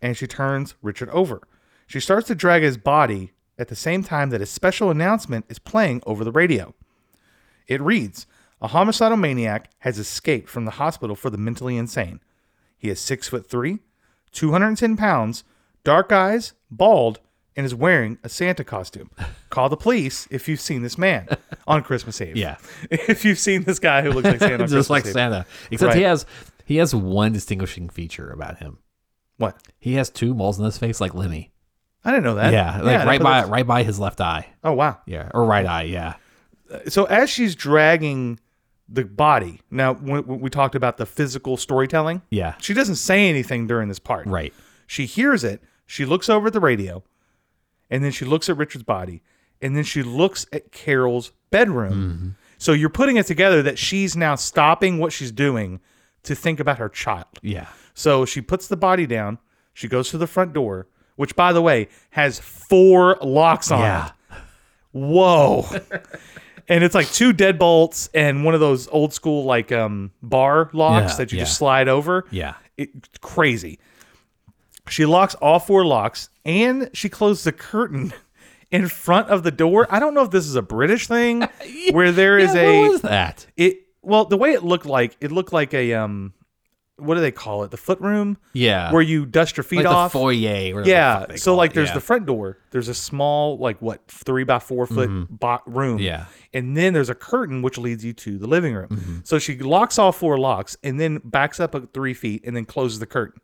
S1: and she turns Richard over. She starts to drag his body at the same time that a special announcement is playing over the radio. It reads A homicidal maniac has escaped from the hospital for the mentally insane. He is six foot three, 210 pounds, dark eyes, bald, and is wearing a Santa costume. Call the police if you've seen this man on Christmas Eve.
S2: Yeah.
S1: If you've seen this guy who looks like Santa on Christmas
S2: Just like
S1: Eve.
S2: Santa. Except he
S1: Right.
S2: has he has one distinguishing feature about him.
S1: What?
S2: He has two moles in his face like Lemmy.
S1: I didn't know that.
S2: yeah. Like right
S1: that-
S2: by
S1: that's-
S2: right by his left eye.
S1: Oh wow.
S2: Yeah. Or right eye, yeah.
S1: So as she's dragging the body, now when when we talked about the physical storytelling.
S2: Yeah.
S1: She doesn't say anything during this part.
S2: Right.
S1: She hears it. She looks over at the radio, and then she looks at Richard's body, and then she looks at Carol's bedroom.
S2: Mm-hmm.
S1: So you're putting it together that she's now stopping what she's doing to think about her child.
S2: Yeah.
S1: So she puts the body down. She goes to the front door, which, by the way, has four locks on
S2: Yeah.
S1: it. Whoa. and it's like two deadbolts and one of those old school like um bar locks
S2: Yeah,
S1: that you
S2: yeah.
S1: just slide over.
S2: Yeah.
S1: It, crazy. She locks all four locks and she closed the curtain in front of the door. I don't know if this is a British thing where there is
S2: yeah,
S1: a
S2: what was that?
S1: it well the way it looked like it looked like a um what do they call it the foot room
S2: Yeah.
S1: where you dust your feet
S2: like
S1: off
S2: the foyer. whatever the
S1: yeah
S2: fuck they
S1: so
S2: call
S1: like
S2: it,
S1: there's
S2: yeah.
S1: the front door there's a small like what three by four foot bo- room
S2: Mm-hmm. Yeah. Mm-hmm.
S1: and then there's a curtain which leads you to the living room so she locks all four locks and then backs up at three feet and then closes the curtain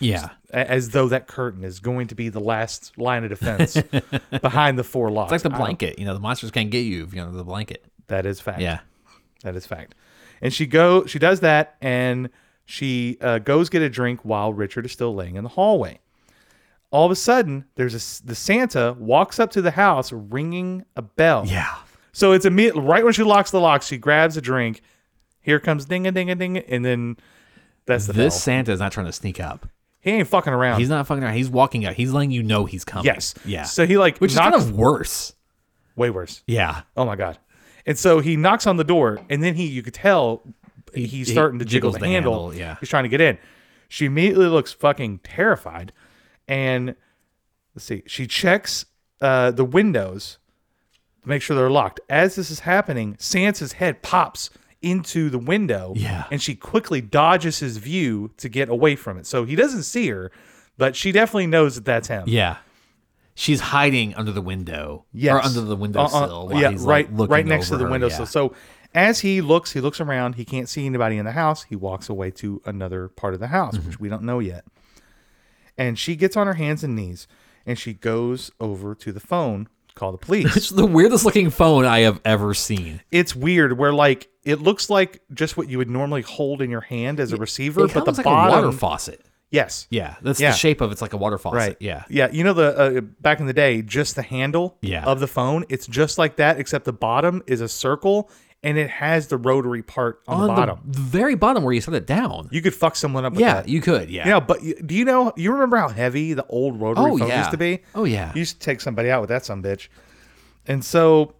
S2: Yeah.
S1: a- as though that curtain is going to be the last line of defense behind the four locks
S2: It's like the
S1: I-
S2: blanket. You know, the monsters can't get you if you're under the blanket.
S1: that is fact
S2: Yeah.
S1: That is fact. And she go she does that and she uh, goes get a drink while Richard is still laying in the hallway. All of a sudden, there's a s the Santa walks up to the house ringing a bell.
S2: Yeah.
S1: So it's immediate right when she locks the lock, she grabs a drink. Here comes ding a ding a ding, and then that's the
S2: This
S1: bell.
S2: Santa is not trying to sneak up.
S1: He ain't fucking around.
S2: He's not fucking around. He's walking out. He's letting you know he's coming.
S1: Um, yes.
S2: Yeah.
S1: So he like
S2: Which is
S1: knocks
S2: kind of worse.
S1: way worse.
S2: Yeah.
S1: Oh my god. And so he knocks on the door, and then he you could tell he's
S2: he
S1: starting to jiggle
S2: jiggles
S1: the,
S2: the
S1: handle.
S2: handle, yeah.
S1: He's trying to get in. She immediately looks fucking terrified. And let's see, she checks uh, the windows to make sure they're locked. As this is happening, Santa's head pops into the window.
S2: Yeah.
S1: And she quickly dodges his view to get away from it. So he doesn't see her, but she definitely knows that that's him.
S2: Yeah. She's hiding under the window.
S1: Yes.
S2: Or under the windowsill.
S1: Uh, uh,
S2: while
S1: yeah,
S2: he's, like,
S1: right,
S2: looking
S1: right next to
S2: over
S1: the
S2: her.
S1: windowsill.
S2: Yeah.
S1: So as he looks, he looks around. He can't see anybody in the house. He walks away to another part of the house,
S2: Mm-hmm.
S1: which we don't know yet. And she gets on her hands and knees, and she goes over to the phone, to call the police.
S2: It's the weirdest looking phone I have ever seen.
S1: it's weird. Where like it looks like just what you would normally hold in your hand as a receiver,
S2: It kinda
S1: but the
S2: looks like
S1: bottom.
S2: a water faucet.
S1: Yes.
S2: Yeah. That's
S1: Yeah.
S2: the shape of it's like a water faucet.
S1: Right.
S2: Yeah.
S1: Yeah. You know the uh, back in the day, just the handle
S2: Yeah.
S1: of the phone. It's just like that, except the bottom is a circle and it has the rotary part on, the bottom.
S2: the very bottom where you set it down.
S1: you could fuck someone up. With
S2: yeah,
S1: That.
S2: you could. Yeah.
S1: You know, but you, do you know? You remember how heavy the old rotary
S2: Oh,
S1: phone
S2: yeah.
S1: used to be?
S2: Oh, yeah.
S1: You used to take somebody out with that some bitch. And so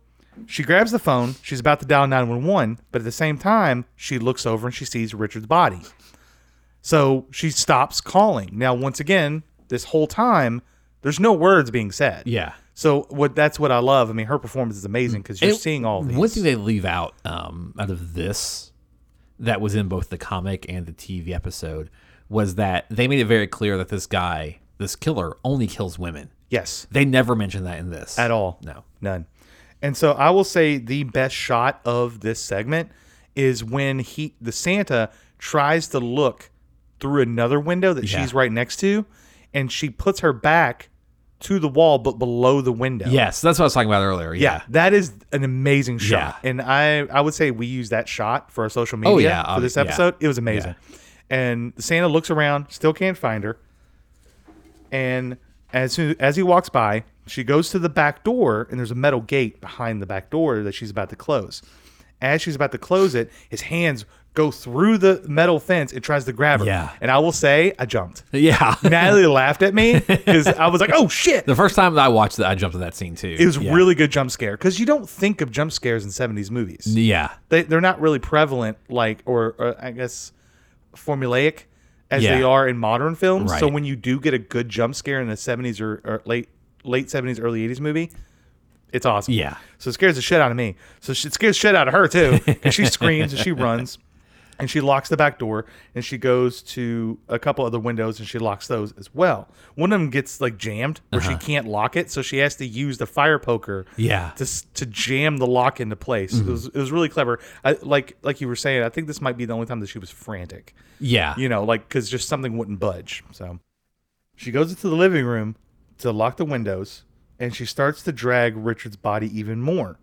S1: she grabs the phone. She's about to dial nine one one, but at the same time, she looks over and she sees Richard's body. So she stops calling. Now, once again, this whole time, There's no words being said.
S2: Yeah. Mm.
S1: So what? That's what I love. I mean, her performance is amazing because you're
S2: And
S1: seeing all these.
S2: One thing they leave out um, out of this that was in both the comic and the TV episode was that they made it very clear that this guy, this killer, only kills women.
S1: yes,
S2: They never mentioned that in this
S1: at all.
S2: No.
S1: None. And so I will say the best shot of this segment is when he the Santa tries to look through another window that
S2: Yeah.
S1: she's right next to and she puts her back to the wall but below the window.
S2: Yes, that's what I was talking about earlier.
S1: Yeah,
S2: Yeah.
S1: that is an amazing shot.
S2: Yeah.
S1: And I I would say we use that shot for our social media
S2: Oh, yeah,
S1: for this
S2: obvi- yeah.
S1: episode. It was amazing. And Santa looks around, still can't find her. And as soon as he walks by, she goes to the back door and there's a metal gate behind the back door that she's about to close. As she's about to close it, his hands go through the metal fence and tries to grab her.
S2: Yeah.
S1: And I will say I jumped.
S2: Yeah.
S1: Natalie laughed at me because I was like, oh shit.
S2: the first time that I watched that, I jumped to that scene too.
S1: It was
S2: yeah.
S1: really good jump scare because you don't think of jump scares in '70s movies.
S2: Yeah.
S1: They they're not really prevalent, like or, or I guess formulaic as
S2: Yeah.
S1: they are in modern films. So
S2: Right.
S1: when you do get a good jump scare in a '70s or, or late late '70s, early '80s movie, it's awesome.
S2: Yeah.
S1: So it scares the shit out of me. So she- it scares the shit out of her too. And she screams and she runs. And she locks the back door and she goes to a couple other windows and she locks those as well. One of them gets like jammed where she can't lock it. So she has to use the fire poker
S2: Yeah.
S1: to, s- to jam the lock into place. It, was, it was really clever. I, like like you were saying, I think this might be the only time that she was frantic
S2: Yeah.
S1: you know, like because just something wouldn't budge. So she goes into the living room to lock the windows and she starts to drag Richard's body even more.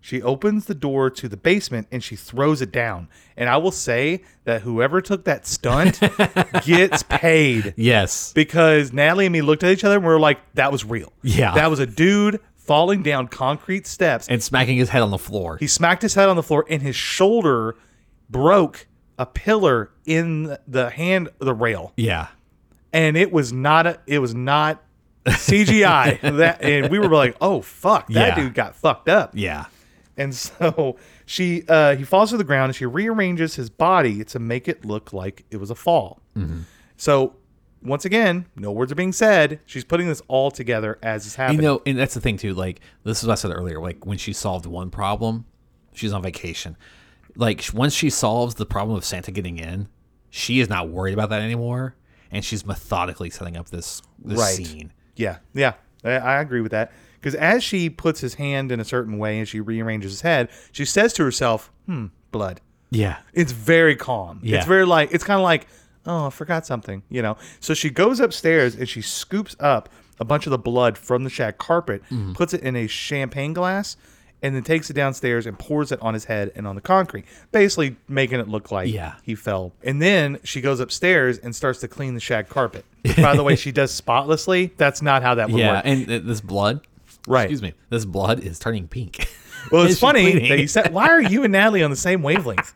S1: She opens the door to the basement and she throws it down. And I will say that whoever took that stunt gets paid
S2: Yes.
S1: because Natalie and me looked at each other and we were like, that was real.
S2: Yeah.
S1: That was a dude falling down concrete steps
S2: And smacking his head on the floor.
S1: he smacked his head on the floor, and his shoulder broke a pillar in the hand, the rail,
S2: yeah.
S1: and it was not a, it was not CGI. that, and we were like, oh fuck, that
S2: Yeah.
S1: dude got fucked up.
S2: Yeah.
S1: And so she, uh, he falls to the ground, and she rearranges his body to make it look like it was a fall.
S2: Mm-hmm.
S1: So. Once again, no words are being said. She's putting this all together as it's happening.
S2: You know, and that's the thing too. Like this is what I said earlier. Like when she solved one problem, she's on vacation. Like sh- once she solves the problem of Santa getting in, she is not worried about that anymore, and she's methodically setting up this, this
S1: Right.
S2: scene.
S1: Yeah, yeah, I, I agree with that. Because as she puts his hand in a certain way and she rearranges his head, she says to herself, "Hmm, blood."
S2: Yeah.
S1: It's very calm.
S2: Yeah.
S1: It's very like it's kind of like, oh, I forgot something, you know. So she goes upstairs and she scoops up a bunch of the blood from the shag carpet,
S2: Mm-hmm.
S1: puts it in a champagne glass, and then takes it downstairs and pours it on his head and on the concrete, basically making it look like
S2: Yeah.
S1: he fell. And then she goes upstairs and starts to clean the shag carpet. Which, by the way, she does spotlessly. That's not how that would
S2: Yeah.
S1: work.
S2: And th- this blood.
S1: Right.
S2: Excuse me. This blood is turning pink.
S1: Well, it's
S2: She's
S1: funny
S2: bleeding.
S1: that you said, why are you and Natalie on the same wavelength?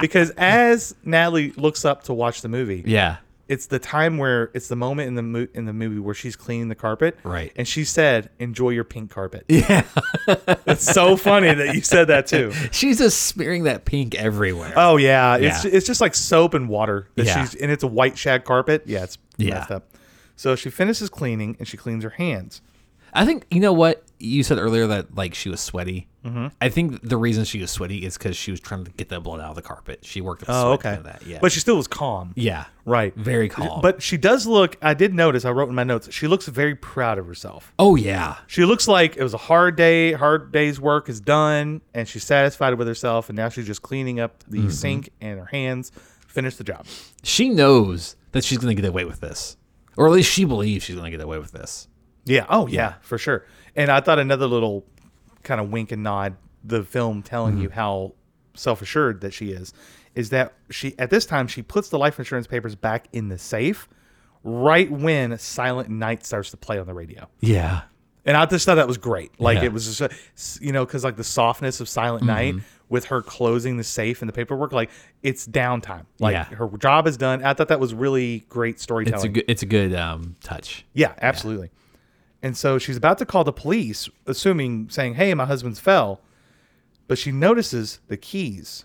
S1: Because as Natalie looks up to watch the movie,
S2: yeah.
S1: it's the time where it's the moment in the mo- in the movie where she's cleaning the carpet,
S2: Right.
S1: And she said, "Enjoy your pink carpet."
S2: Yeah.
S1: It's so funny that you said that too.
S2: she's just smearing that pink everywhere.
S1: Oh yeah, it's
S2: Yeah.
S1: it's just like soap and water. That
S2: Yeah.
S1: she's and it's a white shag carpet. Yeah, it's
S2: Yeah.
S1: messed up. So she finishes cleaning and she cleans her hands.
S2: I think you know what you said earlier that like she was sweaty. Mm-hmm. I think the reason she was sweaty is because she was trying to get that blood out of the carpet. She worked up
S1: Oh,
S2: sweat
S1: okay,
S2: to that. Yeah,
S1: but she still was calm.
S2: yeah,
S1: right,
S2: very calm.
S1: But she does look. I did notice. I wrote in my notes. She looks very proud of herself.
S2: oh yeah,
S1: She looks like it was a hard day, hard day's work is done, and she's satisfied with herself, and now she's just cleaning up the sink and her hands, finish the job.
S2: she knows that she's gonna get away with this, or at least she believes she's gonna get away with this.
S1: Yeah. Oh, yeah, for sure. And I thought another little kind of wink and nod, the film telling you how self assured that she is, is that she, at this time, she puts the life insurance papers back in the safe right when Silent Night starts to play on the radio.
S2: Yeah,
S1: And I just thought that was great. Like
S2: Yeah. Mm-hmm.
S1: it was just, a, you know, because like the softness of Silent Night with her closing the safe and the paperwork, like it's downtime. Like
S2: Yeah.
S1: her job is done. I thought that was really great storytelling.
S2: it's a good it's a good um, touch.
S1: yeah, absolutely. And so she's about to call the police, assuming saying, "Hey, my husband's fell," but she notices the keys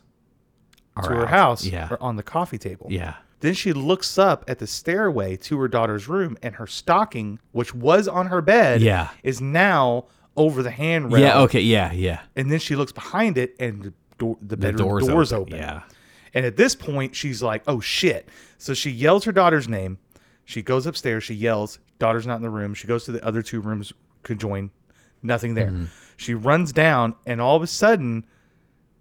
S2: All
S1: to
S2: right.
S1: her house
S2: Yeah,
S1: are on the coffee table.
S2: yeah,
S1: Then she looks up at the stairway to her daughter's room, and her stocking, which was on her bed,
S2: Yeah.
S1: is now over the handrail.
S2: Yeah. oh. Okay. Yeah. Yeah.
S1: And then she looks behind it, and the, door, the
S2: The
S1: bedroom
S2: door's,
S1: door's,
S2: open.
S1: open.
S2: Yeah.
S1: And at this point, she's like, "Oh shit!" So she yells her daughter's name. She goes upstairs. She yells, "Daughter's not in the room." She goes to the other two rooms, conjoin, nothing there.
S2: Mm-hmm.
S1: She runs down, and all of a sudden,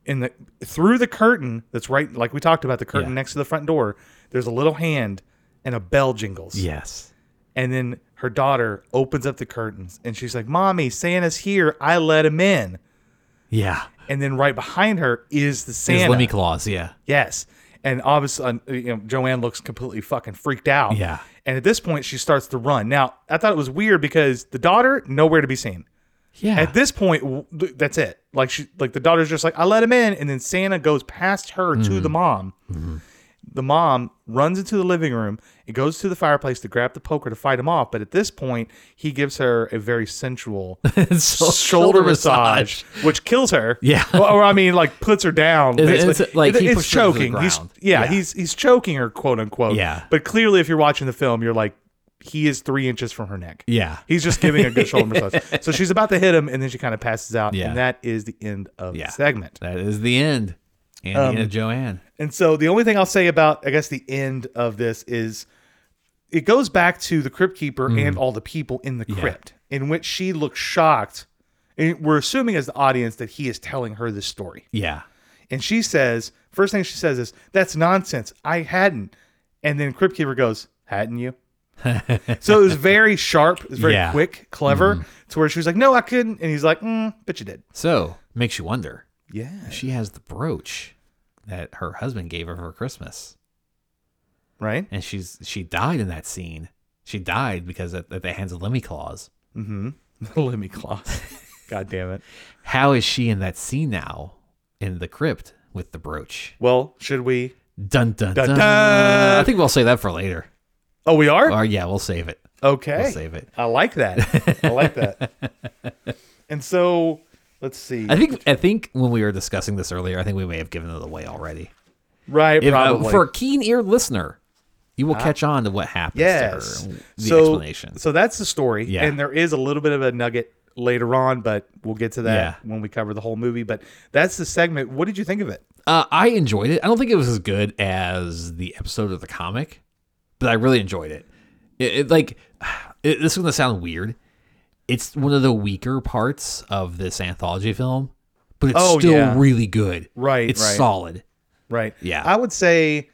S1: in the through the curtain that's right, like we talked about, the curtain
S2: Yeah.
S1: next to the front door. There's a little hand, and a bell jingles.
S2: Yes.
S1: And then her daughter opens up the curtains, and she's like, "Mommy, Santa's here. I let him in."
S2: Yeah.
S1: And then right behind her is the Santa.
S2: There's Lemmy Claus. Yeah.
S1: Yes. And all of a sudden, you know, Joanne looks completely fucking freaked out.
S2: Yeah.
S1: And at this point, she starts to run. Now, I thought it was weird because the daughter nowhere to be seen.
S2: Yeah.
S1: At this point, w- th- that's it. Like she, like the daughter's just like, I let him in, and then Santa goes past her to the mom. The mom runs into the living room and goes to the fireplace to grab the poker to fight him off. But at this point, he gives her a very sensual
S2: So-
S1: shoulder massage, which kills her.
S2: Yeah.
S1: Well, or, I mean, like puts her down.
S2: It's-
S1: basically.
S2: it's like he
S1: it's
S2: pushed her to the
S1: choking. He's
S2: ground.
S1: yeah,
S2: Yeah.
S1: he's he's choking her, quote unquote.
S2: Yeah.
S1: But clearly, if you're watching the film, you're like, he is three inches from her neck.
S2: Yeah.
S1: He's just giving a good shoulder massage. So she's about to hit him, and then she kind of passes out.
S2: Yeah.
S1: And that is the end of
S2: Yeah.
S1: the segment.
S2: That is the end. Indiana
S1: Um,
S2: Joanne.
S1: And so the only thing I'll say about, I guess, the end of this is it goes back to the crypt keeper and all the people in the crypt, in which she looks shocked. And we're assuming as the audience that he is telling her this story.
S2: Yeah.
S1: And she says, first thing she says is, that's nonsense. I hadn't. And then Crypt Keeper goes, hadn't you? so it was very sharp, it was very
S2: Yeah.
S1: quick, clever, to where she was like, no, I couldn't. And he's like, mm, but you did.
S2: So makes you wonder.
S1: Yeah.
S2: She has the brooch that her husband gave her for Christmas,
S1: Right?
S2: and she's she died in that scene. She died because at, at the hands of Lemmy Claus.
S1: Mm hmm. Lemmy Claus. God damn it.
S2: How is she in that scene now in the crypt with the brooch?
S1: Well, should we?
S2: Dun dun dun.
S1: Dun, dun.
S2: I think we'll save that for later.
S1: Oh, we are?
S2: Or yeah, we'll save it.
S1: okay.
S2: We'll save it.
S1: I like that. I like that. And so let's see.
S2: I think I think when we were discussing this earlier, I think we may have given it away already.
S1: right.
S2: If, uh,
S1: probably. Uh-huh.
S2: for a keen-eared listener, you will catch on to what happens.
S1: Yes.
S2: To her, the
S1: so,
S2: explanation.
S1: So that's the story.
S2: Yeah.
S1: And there is a little bit of a nugget later on, but we'll get to that when we cover the whole movie. But that's the segment. What did you think of it?
S2: Uh, I enjoyed it. I don't think it was as good as the episode of the comic, but I really enjoyed it. It, it, like it, this is gonna sound weird. It's one of the weaker parts of this anthology film, but it's
S1: Oh,
S2: still
S1: yeah.
S2: really good.
S1: Right,
S2: it's
S1: right.
S2: solid.
S1: Right.
S2: Yeah.
S1: I would say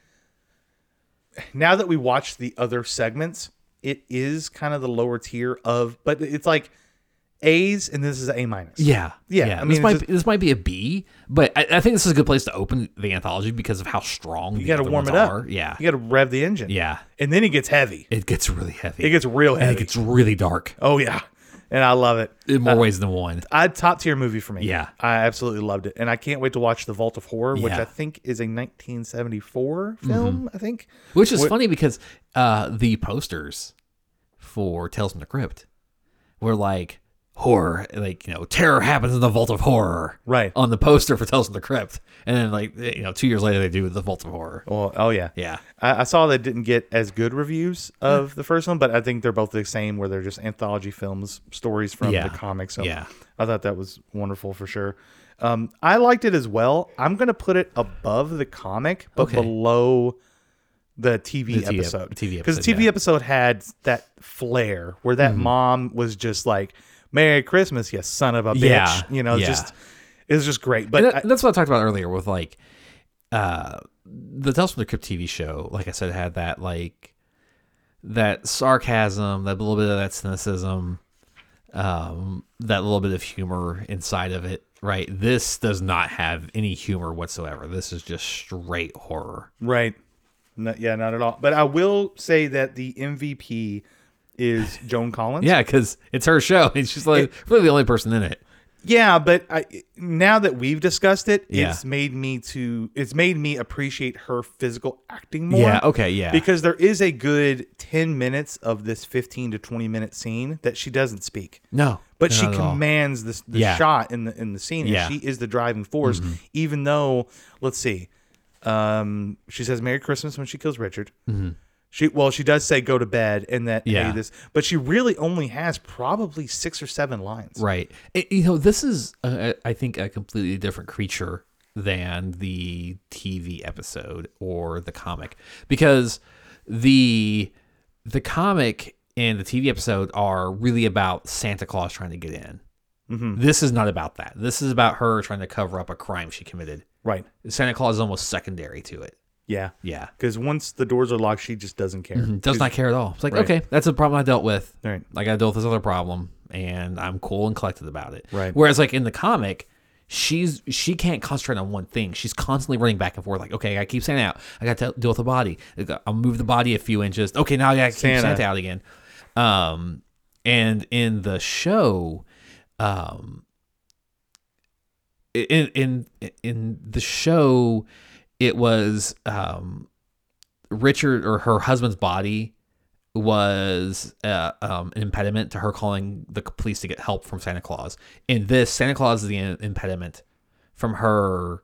S1: now that we watched the other segments, it is kind of the lower tier of, but it's like A's and this is A minus.
S2: Yeah,
S1: Yeah, I mean,
S2: this
S1: it's
S2: might
S1: just-
S2: be, this might be a B, but I, I think this is a good place to open the anthology because of how strong
S1: You
S2: the
S1: got to
S2: other
S1: warm it
S2: ones
S1: up.
S2: Are. Yeah,
S1: You got to rev the engine.
S2: yeah.
S1: And then it gets heavy.
S2: It gets really heavy.
S1: It gets real
S2: and
S1: heavy.
S2: it gets really dark
S1: oh, yeah. And I love it.
S2: in more ways than one.
S1: I top tier movie for me.
S2: Yeah.
S1: I absolutely loved it, and I can't wait to watch the Vault of Horror, which
S2: Yeah. Mm-hmm.
S1: I think is a 1974 film. I think.
S2: Which is
S1: What-
S2: funny because uh, the posters for Tales from the Crypt were like horror, like, you know, terror happens in the Vault of Horror.
S1: Right.
S2: On the poster for Tales from the Crypt. And then, like, you know, two years later, they do the Vault of Horror.
S1: Well, oh yeah,
S2: Yeah.
S1: I, I saw that didn't get as good reviews of the first one, but I think they're both the same, where they're just anthology films, stories from
S2: Yeah.
S1: the comics. So
S2: Yeah.
S1: I thought that was wonderful for sure. Um, I liked it as well. I'm gonna put it above the comic, but
S2: Okay.
S1: below the TV
S2: The TV ep-
S1: episode.
S2: TV
S1: because the
S2: episode,
S1: TV
S2: yeah. Mm-hmm.
S1: episode had that flair where that mom was just like, "Merry Christmas, you son of a bitch,"
S2: Yeah,
S1: you know,
S2: yeah.
S1: just it was just great. But
S2: And that-
S1: I-
S2: that's what I talked about earlier with, like, uh, the Tales from the Crypt TV show, like I said, had that, like, that sarcasm, that little bit of that cynicism, um, that little bit of humor inside of it, right? This does not have any humor whatsoever. This is just straight horror.
S1: Right. No, yeah, not at all. But I will say that the MVP is Joan Collins.
S2: Yeah, because it's her show, and she's like really the only person in it.
S1: Yeah, but I now that we've discussed it,
S2: Yeah.
S1: it's made me to it's made me appreciate her physical acting more.
S2: Yeah, okay, yeah.
S1: Because there is a good 10 minutes of this 15 to 20 minute scene that she doesn't speak.
S2: No,
S1: But
S2: not
S1: she
S2: at all.
S1: commands this the
S2: Yeah.
S1: shot in the in the scene. and
S2: Yeah. Mm-hmm.
S1: she is the driving force even though let's see. Um, she says Merry Christmas when she kills Richard. She well, she does say go to bed and that yeah.
S2: Mm-hmm. Yeah.
S1: this, but she really only has probably six or seven lines.
S2: Right. It- you know, this is, uh, I think, a completely different creature than the TV episode or the comic because the the comic and the TV episode are really about Santa Claus trying to get in. This is not about that. This is about her trying to cover up a crime she committed.
S1: Right.
S2: Santa Claus is almost secondary to it.
S1: Yeah.
S2: Yeah.
S1: Because once the doors are locked, she just doesn't care.
S2: Does not care at all. It's like, okay, that's a problem I dealt with.
S1: Right.
S2: I got to deal with this other problem, and I'm cool and collected about it.
S1: Right.
S2: Whereas, like in the comic, she's she can't concentrate on one thing. She's constantly running back and forth. Like, okay, I keep Santa out. I got to deal with the body. I got- I'll move the body a few inches. Okay, now I got to keep
S1: Santa.
S2: Santa out again. Um, and in the show, um, in in in the show it was um richard or her husband's body was uh, um, an impediment to her calling the police to get help from santa claus in this santa claus is the im- impediment from her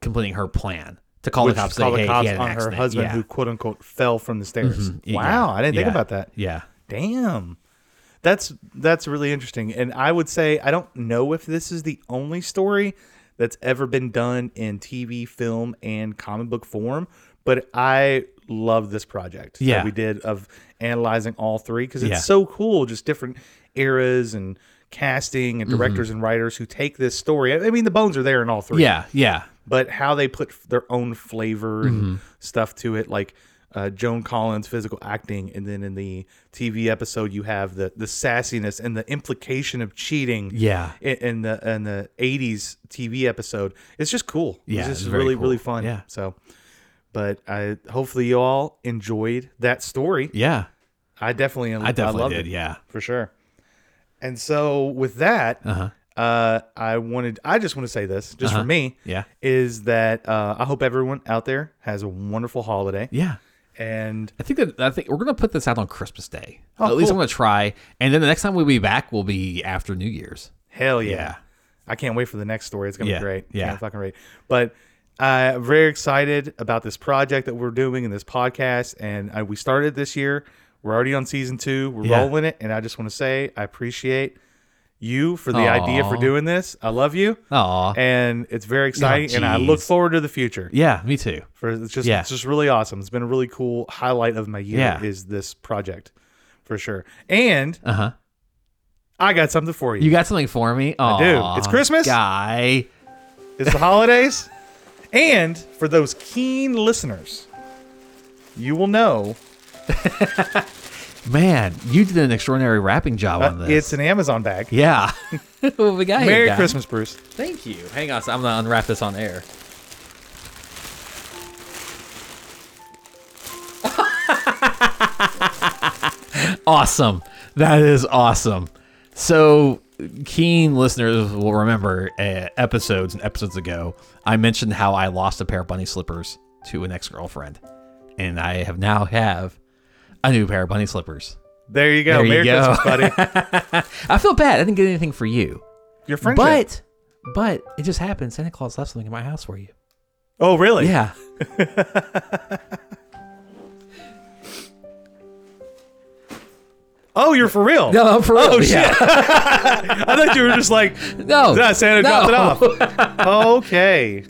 S2: completing her plan to call
S1: Which
S2: the cops,
S1: call
S2: say,
S1: the
S2: "Hey,
S1: cops
S2: he had an
S1: on
S2: accident."
S1: her husband
S2: yeah.
S1: who quote unquote fell from the stairs.
S2: Mhm. Yeah.
S1: Wow, I didn't think
S2: Yeah.
S1: about that.
S2: yeah
S1: Damn. That's that's really interesting. And I would say I don't know if this is the only story that's ever been done in TV, film, and comic book form, but I love this project
S2: Yeah.
S1: that we did of analyzing all three because it's
S2: Yeah.
S1: so cool, just different eras and casting
S2: Mm-hmm.
S1: and directors and writers who take this story. I I mean, the bones are there in all three
S2: yeah yeah
S1: but how they put f- their own flavor and
S2: Mm-hmm.
S1: stuff to it, like uh, Joan Collins' physical acting, and then in the TV episode, you have the the sassiness and the implication of cheating.
S2: Yeah.
S1: in, in the in the '80s TV episode, it's just cool.
S2: Yeah,
S1: it's
S2: it's
S1: just
S2: very
S1: really really
S2: cool.
S1: fun.
S2: Yeah.
S1: So, but I hopefully you all enjoyed that story.
S2: yeah
S1: I definitely
S2: i definitely
S1: loved
S2: did
S1: it
S2: yeah
S1: for sure. And so with that,
S2: uh-huh
S1: uh, I wanted I just want to say this just for me
S2: yeah
S1: is that uh, I hope everyone out there has a wonderful holiday.
S2: yeah
S1: And
S2: I think that I think we're gonna put this out on Christmas Day.
S1: Oh,
S2: At least
S1: cool.
S2: I'm gonna try, and then the next time we'll be back will be after New Year's.
S1: hell yeah.
S2: Yeah.
S1: I can't wait for the next story. It's gonna
S2: Yeah,
S1: be great.
S2: yeah.
S1: Can't fucking wait. But I'm very excited about this project that we're doing and this podcast. And uh we started this year. We're already on season two. We're
S2: Yeah.
S1: rolling it. And I just want to say I appreciate you for the idea for
S2: Aw.
S1: doing this. I love you.
S2: Oh,
S1: And it's very exciting. and I look
S2: jeez.
S1: forward to the future.
S2: yeah, me too.
S1: for it's just
S2: Yeah.
S1: it's just really awesome. It's been a really cool highlight of my year
S2: Yeah.
S1: is this project for sure. And
S2: Uh huh.
S1: I got something for you.
S2: You got something for me? Oh,
S1: do. It's Christmas.
S2: guy.
S1: it's the holidays. And for those keen listeners, you will know
S2: Man, you did an extraordinary wrapping job
S1: uh,
S2: on this.
S1: it's an Amazon bag.
S2: yeah. what we got here,
S1: Merry
S2: guy?
S1: Christmas, Bruce.
S2: Thank you. Hang on, so I'm gonna unwrap this on air. awesome. That is awesome. So, keen listeners will remember uh, episodes and episodes ago, I mentioned how I lost a pair of bunny slippers to an ex girlfriend. And I have now have a new pair of bunny slippers.
S1: There you go.
S2: There you
S1: Merry
S2: go.
S1: Christmas, buddy.
S2: I feel bad. I didn't get anything for you.
S1: Your friendship.
S2: But, but it just happened. Santa Claus left something in my house for you.
S1: oh, really?
S2: Yeah.
S1: Oh, you're for real.
S2: No, I'm for real.
S1: Oh,
S2: yeah.
S1: I thought you were just like,
S2: No.
S1: "Ah, Santa
S2: no.
S1: dropped it off. okay.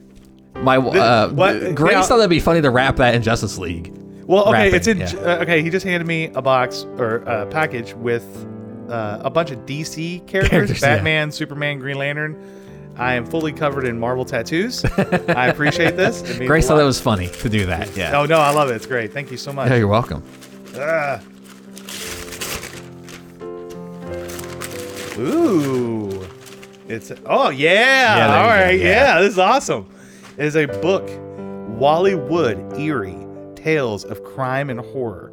S2: My uh,
S1: What?
S2: Grace
S1: Now-
S2: thought that'd be funny to wrap that in Justice League.
S1: Well, okay,
S2: wrapping,
S1: it's in.
S2: yeah.
S1: uh, okay, he just handed me a box or a package with uh, a bunch of DC characters:
S2: Characters, yeah.
S1: Batman, Superman, Green Lantern. I am fully covered in Marvel tattoos. I appreciate this. It means
S2: Grace
S1: a
S2: thought
S1: lot.
S2: that was funny to do that. Yeah.
S1: Oh no, I love it. It's great. Thank you so much.
S2: Yeah, you're welcome.
S1: Ah. Ooh. It's oh yeah.
S2: Yeah, there
S1: All
S2: you go.
S1: right. Yeah.
S2: Yeah.
S1: this is awesome. It is a book, Wally Wood, Eerie, Tales of Crime and Horror.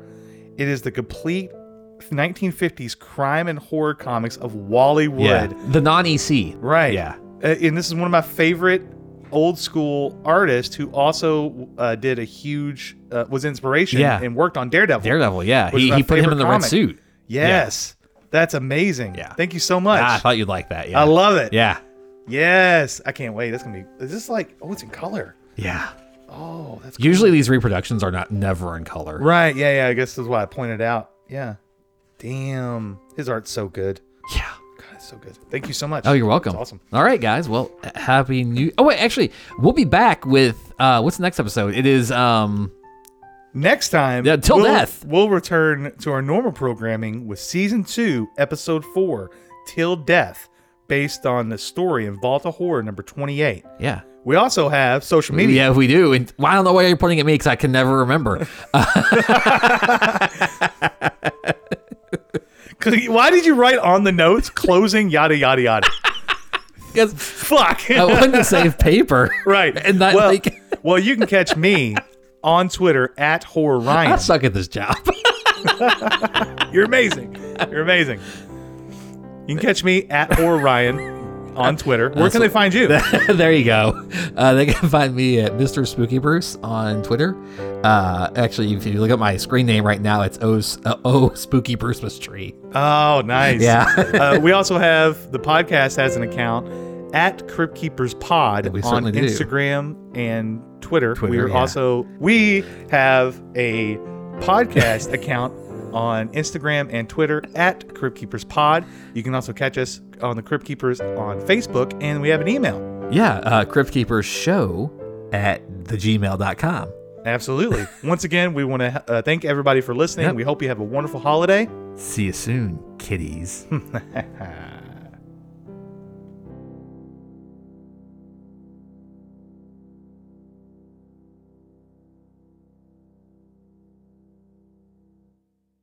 S1: It is the complete 1950s crime and horror comics of Wally Wood.
S2: Yeah. The non EC.
S1: Right.
S2: Yeah.
S1: Uh, and this is one of my favorite old school artists who also uh, did a huge uh, was inspiration
S2: Yeah.
S1: and worked on Daredevil.
S2: Daredevil. Yeah.
S1: Which is
S2: He,
S1: my
S2: he put him
S1: favorite
S2: in the
S1: comic.
S2: red suit.
S1: Yes. That's amazing.
S2: Yeah.
S1: Thank you so much.
S2: Ah, I thought you'd like that. Yeah.
S1: I love it.
S2: Yeah.
S1: Yes. I can't wait. That's gonna be is this like oh it's in color.
S2: Yeah.
S1: Oh, that's
S2: Usually these reproductions are not never in color.
S1: right. Yeah, yeah. I guess that's why I pointed out. Yeah. Damn, his art's so good.
S2: Yeah.
S1: God, it's so good. Thank you so much.
S2: Oh, you're welcome.
S1: It's awesome.
S2: All right, guys. Well, happy new. Oh wait, actually, we'll be back with uh, what's the next episode? It is um.
S1: Next time,
S2: Yeah, till
S1: we'll,
S2: death.
S1: we'll return to our normal programming with season two, episode four, Till Death, based on the story in Vault of Horror number 28.
S2: Yeah.
S1: We also have social media.
S2: Yeah, we do. And well, I don't know why you're pointing at me because I can never remember.
S1: Why did you write on the notes closing yada yada yada?
S2: 'Cause
S1: Fuck.
S2: I wanted to save paper.
S1: right.
S2: And not
S1: well,
S2: like-
S1: well, you can catch me on Twitter at horror
S2: I
S1: Ryan.
S2: suck at this job.
S1: You're amazing. You're amazing. You can catch me at horror Ryan on Twitter. Where can they find you?
S2: there you go. Uh, they can find me at Mr. Spooky Bruce on Twitter. Uh, actually, if you look at my screen name right now, it's O, uh, o Spooky Christmas Tree.
S1: Oh, nice.
S2: Yeah.
S1: uh, we also have the podcast has an account at Crypt Keepers Pod
S2: We
S1: on
S2: certainly do.
S1: Instagram and Twitter.
S2: Twitter,
S1: We're
S2: yeah.
S1: also we have a podcast account on Instagram and Twitter at Crypt Keepers Pod. You can also catch us on the Crypt Keepers on Facebook, and we have an email.
S2: Yeah, uh, Crypt Keepers Show at thegmail.com.
S1: Absolutely. Once again, we want to uh, thank everybody for listening.
S2: Yep.
S1: We hope you have a wonderful holiday.
S2: See you soon, kitties.
S1: Ah.